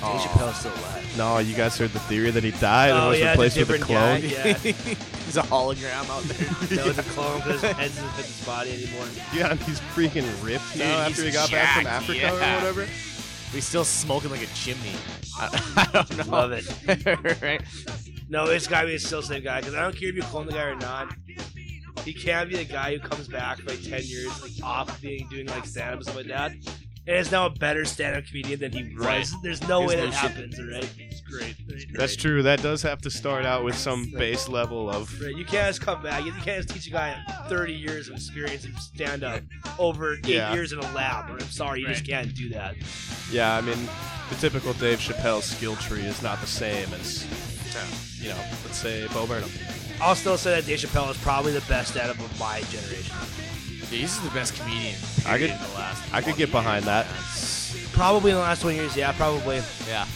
D: Dave Chappelle's still alive.
J: No, you guys heard the theory that he died and
D: Oh,
J: was
D: yeah, it's a
J: replaced with a
D: different
J: clone.
D: guy, yeah.
B: He's a hologram out there.
D: No, it's a clone because his head doesn't fit his body
J: [laughs]
D: anymore.
J: [laughs] Yeah, and he's freaking ripped
B: Dude,
J: now
B: he's
J: after he got back from
B: jacked,
J: Africa
B: yeah.
J: or whatever.
B: He's still smoking like a chimney.
A: [laughs]
B: I, I don't know.
D: Love it.
B: right?
D: No, it's gotta be still the same guy because I don't care if you clone the guy or not. He can be the guy who comes back for like ten years, like off being doing like stand up and stuff like that, and is now a better stand up comedian than he was.
B: Right.
D: There's no
B: His
D: way that
B: new shit.
D: happens, right? It's great.
J: That's true. That does have to start out with some base level of
D: Right, you can't just come back. You can't just teach a guy 30 years of experience in stand up over eight
J: Yeah.
D: years in a lab. I'm sorry, you just can't do that.
J: Yeah, I mean, the typical Dave Chappelle skill tree is not the same as, you know, let's say Bo Burnham.
D: I'll still say that Dave Chappelle is probably the best stand up of my generation.
B: He's the best comedian.
J: I could,
B: in the last
J: I could get behind that.
D: Probably in the last 20 years, yeah, probably.
B: Yeah.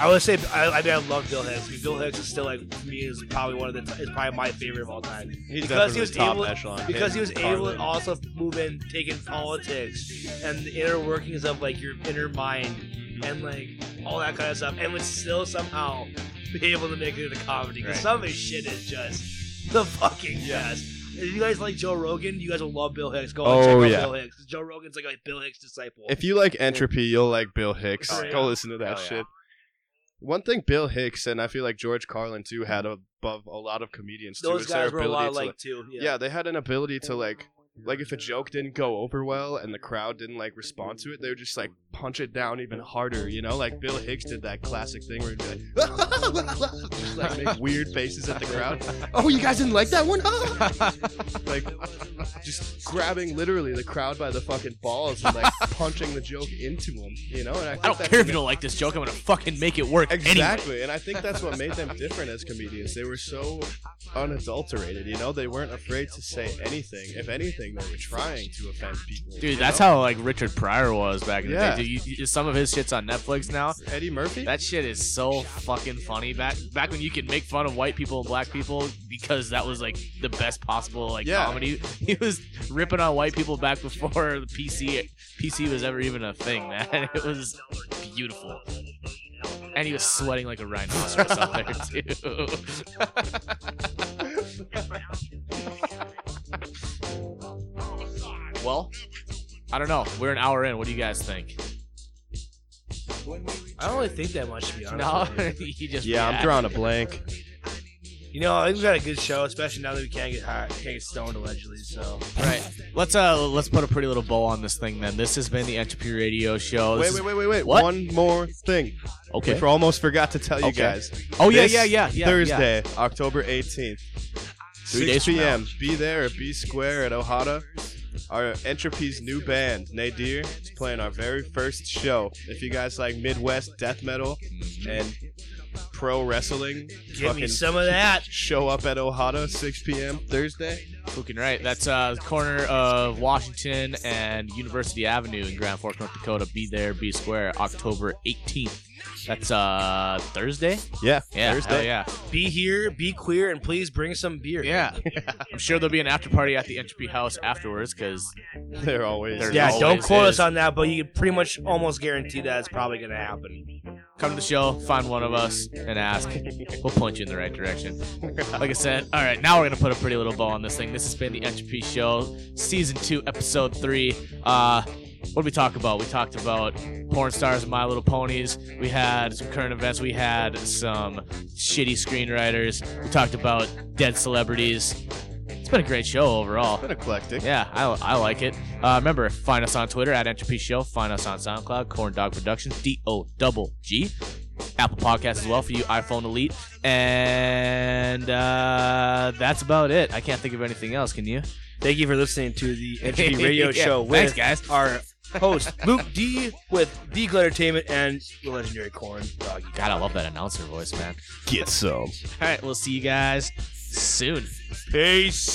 D: I would say I, I mean I love Bill Hicks. Bill Hicks is still like for me is probably one of the is probably my favorite of all time.
J: He's definitely top
D: able
J: echelon.
D: because he
J: Him,
D: was able
J: Carlin.
D: to also move in, take in politics and the inner workings of like your inner mind
J: Mm-hmm.
D: and like all that kind of stuff, and would still somehow be able to make it into comedy. Because
T: Right.
D: some of his shit is just the fucking best. If you guys like Joe Rogan, you guys will love Bill Hicks. Go and check
J: Oh,
D: out
J: yeah.
D: Bill Hicks. Joe Rogan's like a Bill Hicks disciple.
J: If you like entropy, you'll like Bill Hicks.
D: Oh, yeah.
J: Go listen to that
D: Hell yeah.
J: shit. One thing Bill Hicks and I feel like George Carlin too had above a lot of comedians too
D: Those
J: is their
D: guys were a lot
J: ability to,
D: alike, too, yeah.
J: they had an ability to like like if a joke didn't go over well and the crowd didn't like respond to it, they would just like punch it down even harder, you know? Like Bill Hicks did that classic thing where he'd be like, just, like [laughs] make weird faces at the crowd. [laughs] Oh, you guys didn't like that one? [laughs] like just grabbing literally the crowd by the fucking balls and like punching the joke into them, you know? And I, think
A: I don't
J: that's
A: care
J: what
A: if you don't like this joke. I'm gonna fucking make it work. anyway.
J: Exactly, and I think that's what made them different as comedians. They were so unadulterated, you know. They weren't afraid to say anything. If anything, they were trying to offend people.
B: Dude,
J: you
B: that's
J: know?
B: how like Richard Pryor was back in
J: Yeah.
B: the day. Dude, you, you- some of his shits on Netflix now.
J: Eddie Murphy.
B: That shit is so fucking funny. Back back when you could make fun of white people and black people because that was like the best possible like
J: Yeah.
B: comedy. [laughs] He was ripping on white people back before the PC PC was ever even a thing, man. [laughs] It was beautiful. And he was sweating like a rhinoceros out there too. [laughs] well, I don't know. We're an hour in. What do you guys think?
D: I don't really think that much to be
B: No,
D: honest. with you.
B: [laughs] he just
J: yeah, I'm drawing a blank.
D: You know, I think we got a good show, especially now that we can't get hot, can't get stoned allegedly. So
B: Right. Let's uh let's put a pretty little bow on this thing then. This has been the Entropy Radio Show. This
J: Wait,
B: is-
J: wait, wait, wait, wait.
B: What?
J: One more thing.
B: Okay.
J: Which I almost forgot to tell you
B: Okay.
J: guys.
B: Oh, yeah,
J: This
B: yeah, yeah, yeah, yeah.
J: Thursday, October 18th.
B: Three
J: 6
B: days from now.
J: p.m. Be there at B Square at Ohada. Our Entropy's new band, Nadir, is playing our very first show. If you guys like Midwest death metal
B: Mm-hmm.
J: and pro wrestling,
D: Give me
J: fucking
D: some of that.
J: Show up at Ohada, 6 p.m. Thursday.
B: Fucking right. That's uh corner of Washington and University Avenue in Grand Forks, North Dakota. Be there, be square, October 18th. That's uh Thursday.
J: Yeah,
B: yeah,
D: Thursday.
B: hell yeah.
D: be here, be queer, and please bring some beer.
J: [laughs]
B: Yeah, I'm sure there'll be an after party at the Entropy House afterwards because
J: there always
B: there
D: yeah. Don't
B: always
D: quote
B: is.
D: us on that, but you can pretty much almost guarantee that it's probably gonna happen.
B: come to the show, find one of us, and ask. We'll point you in the right direction. Like I said, all right, now we're gonna put a pretty little bow on this thing. This has been the Entropy Show, season two, episode three. Uh, what did we talk about? We talked about porn stars and My Little Ponies. We had some current events. We had some shitty screenwriters. We talked about dead celebrities. It's been a great show overall. It's
J: been eclectic.
B: Yeah, I, I like it. Uh, remember, find us on Twitter at Entropy Show. Find us on SoundCloud, Corn Dog Productions, D O double G. Apple Podcasts as well for you iPhone Elite. And uh, that's about it. I can't think of anything else. Can you?
D: Thank you for listening to [laughs] the Entropy
B: [laughs]
D: Radio Show with
B: Thanks, guys.
D: our host Luke D with D Glut Entertainment and the legendary Corn Dog.
B: God, I love that announcer voice, man.
J: Get some.
B: All right, we'll see you guys soon.
D: Peace.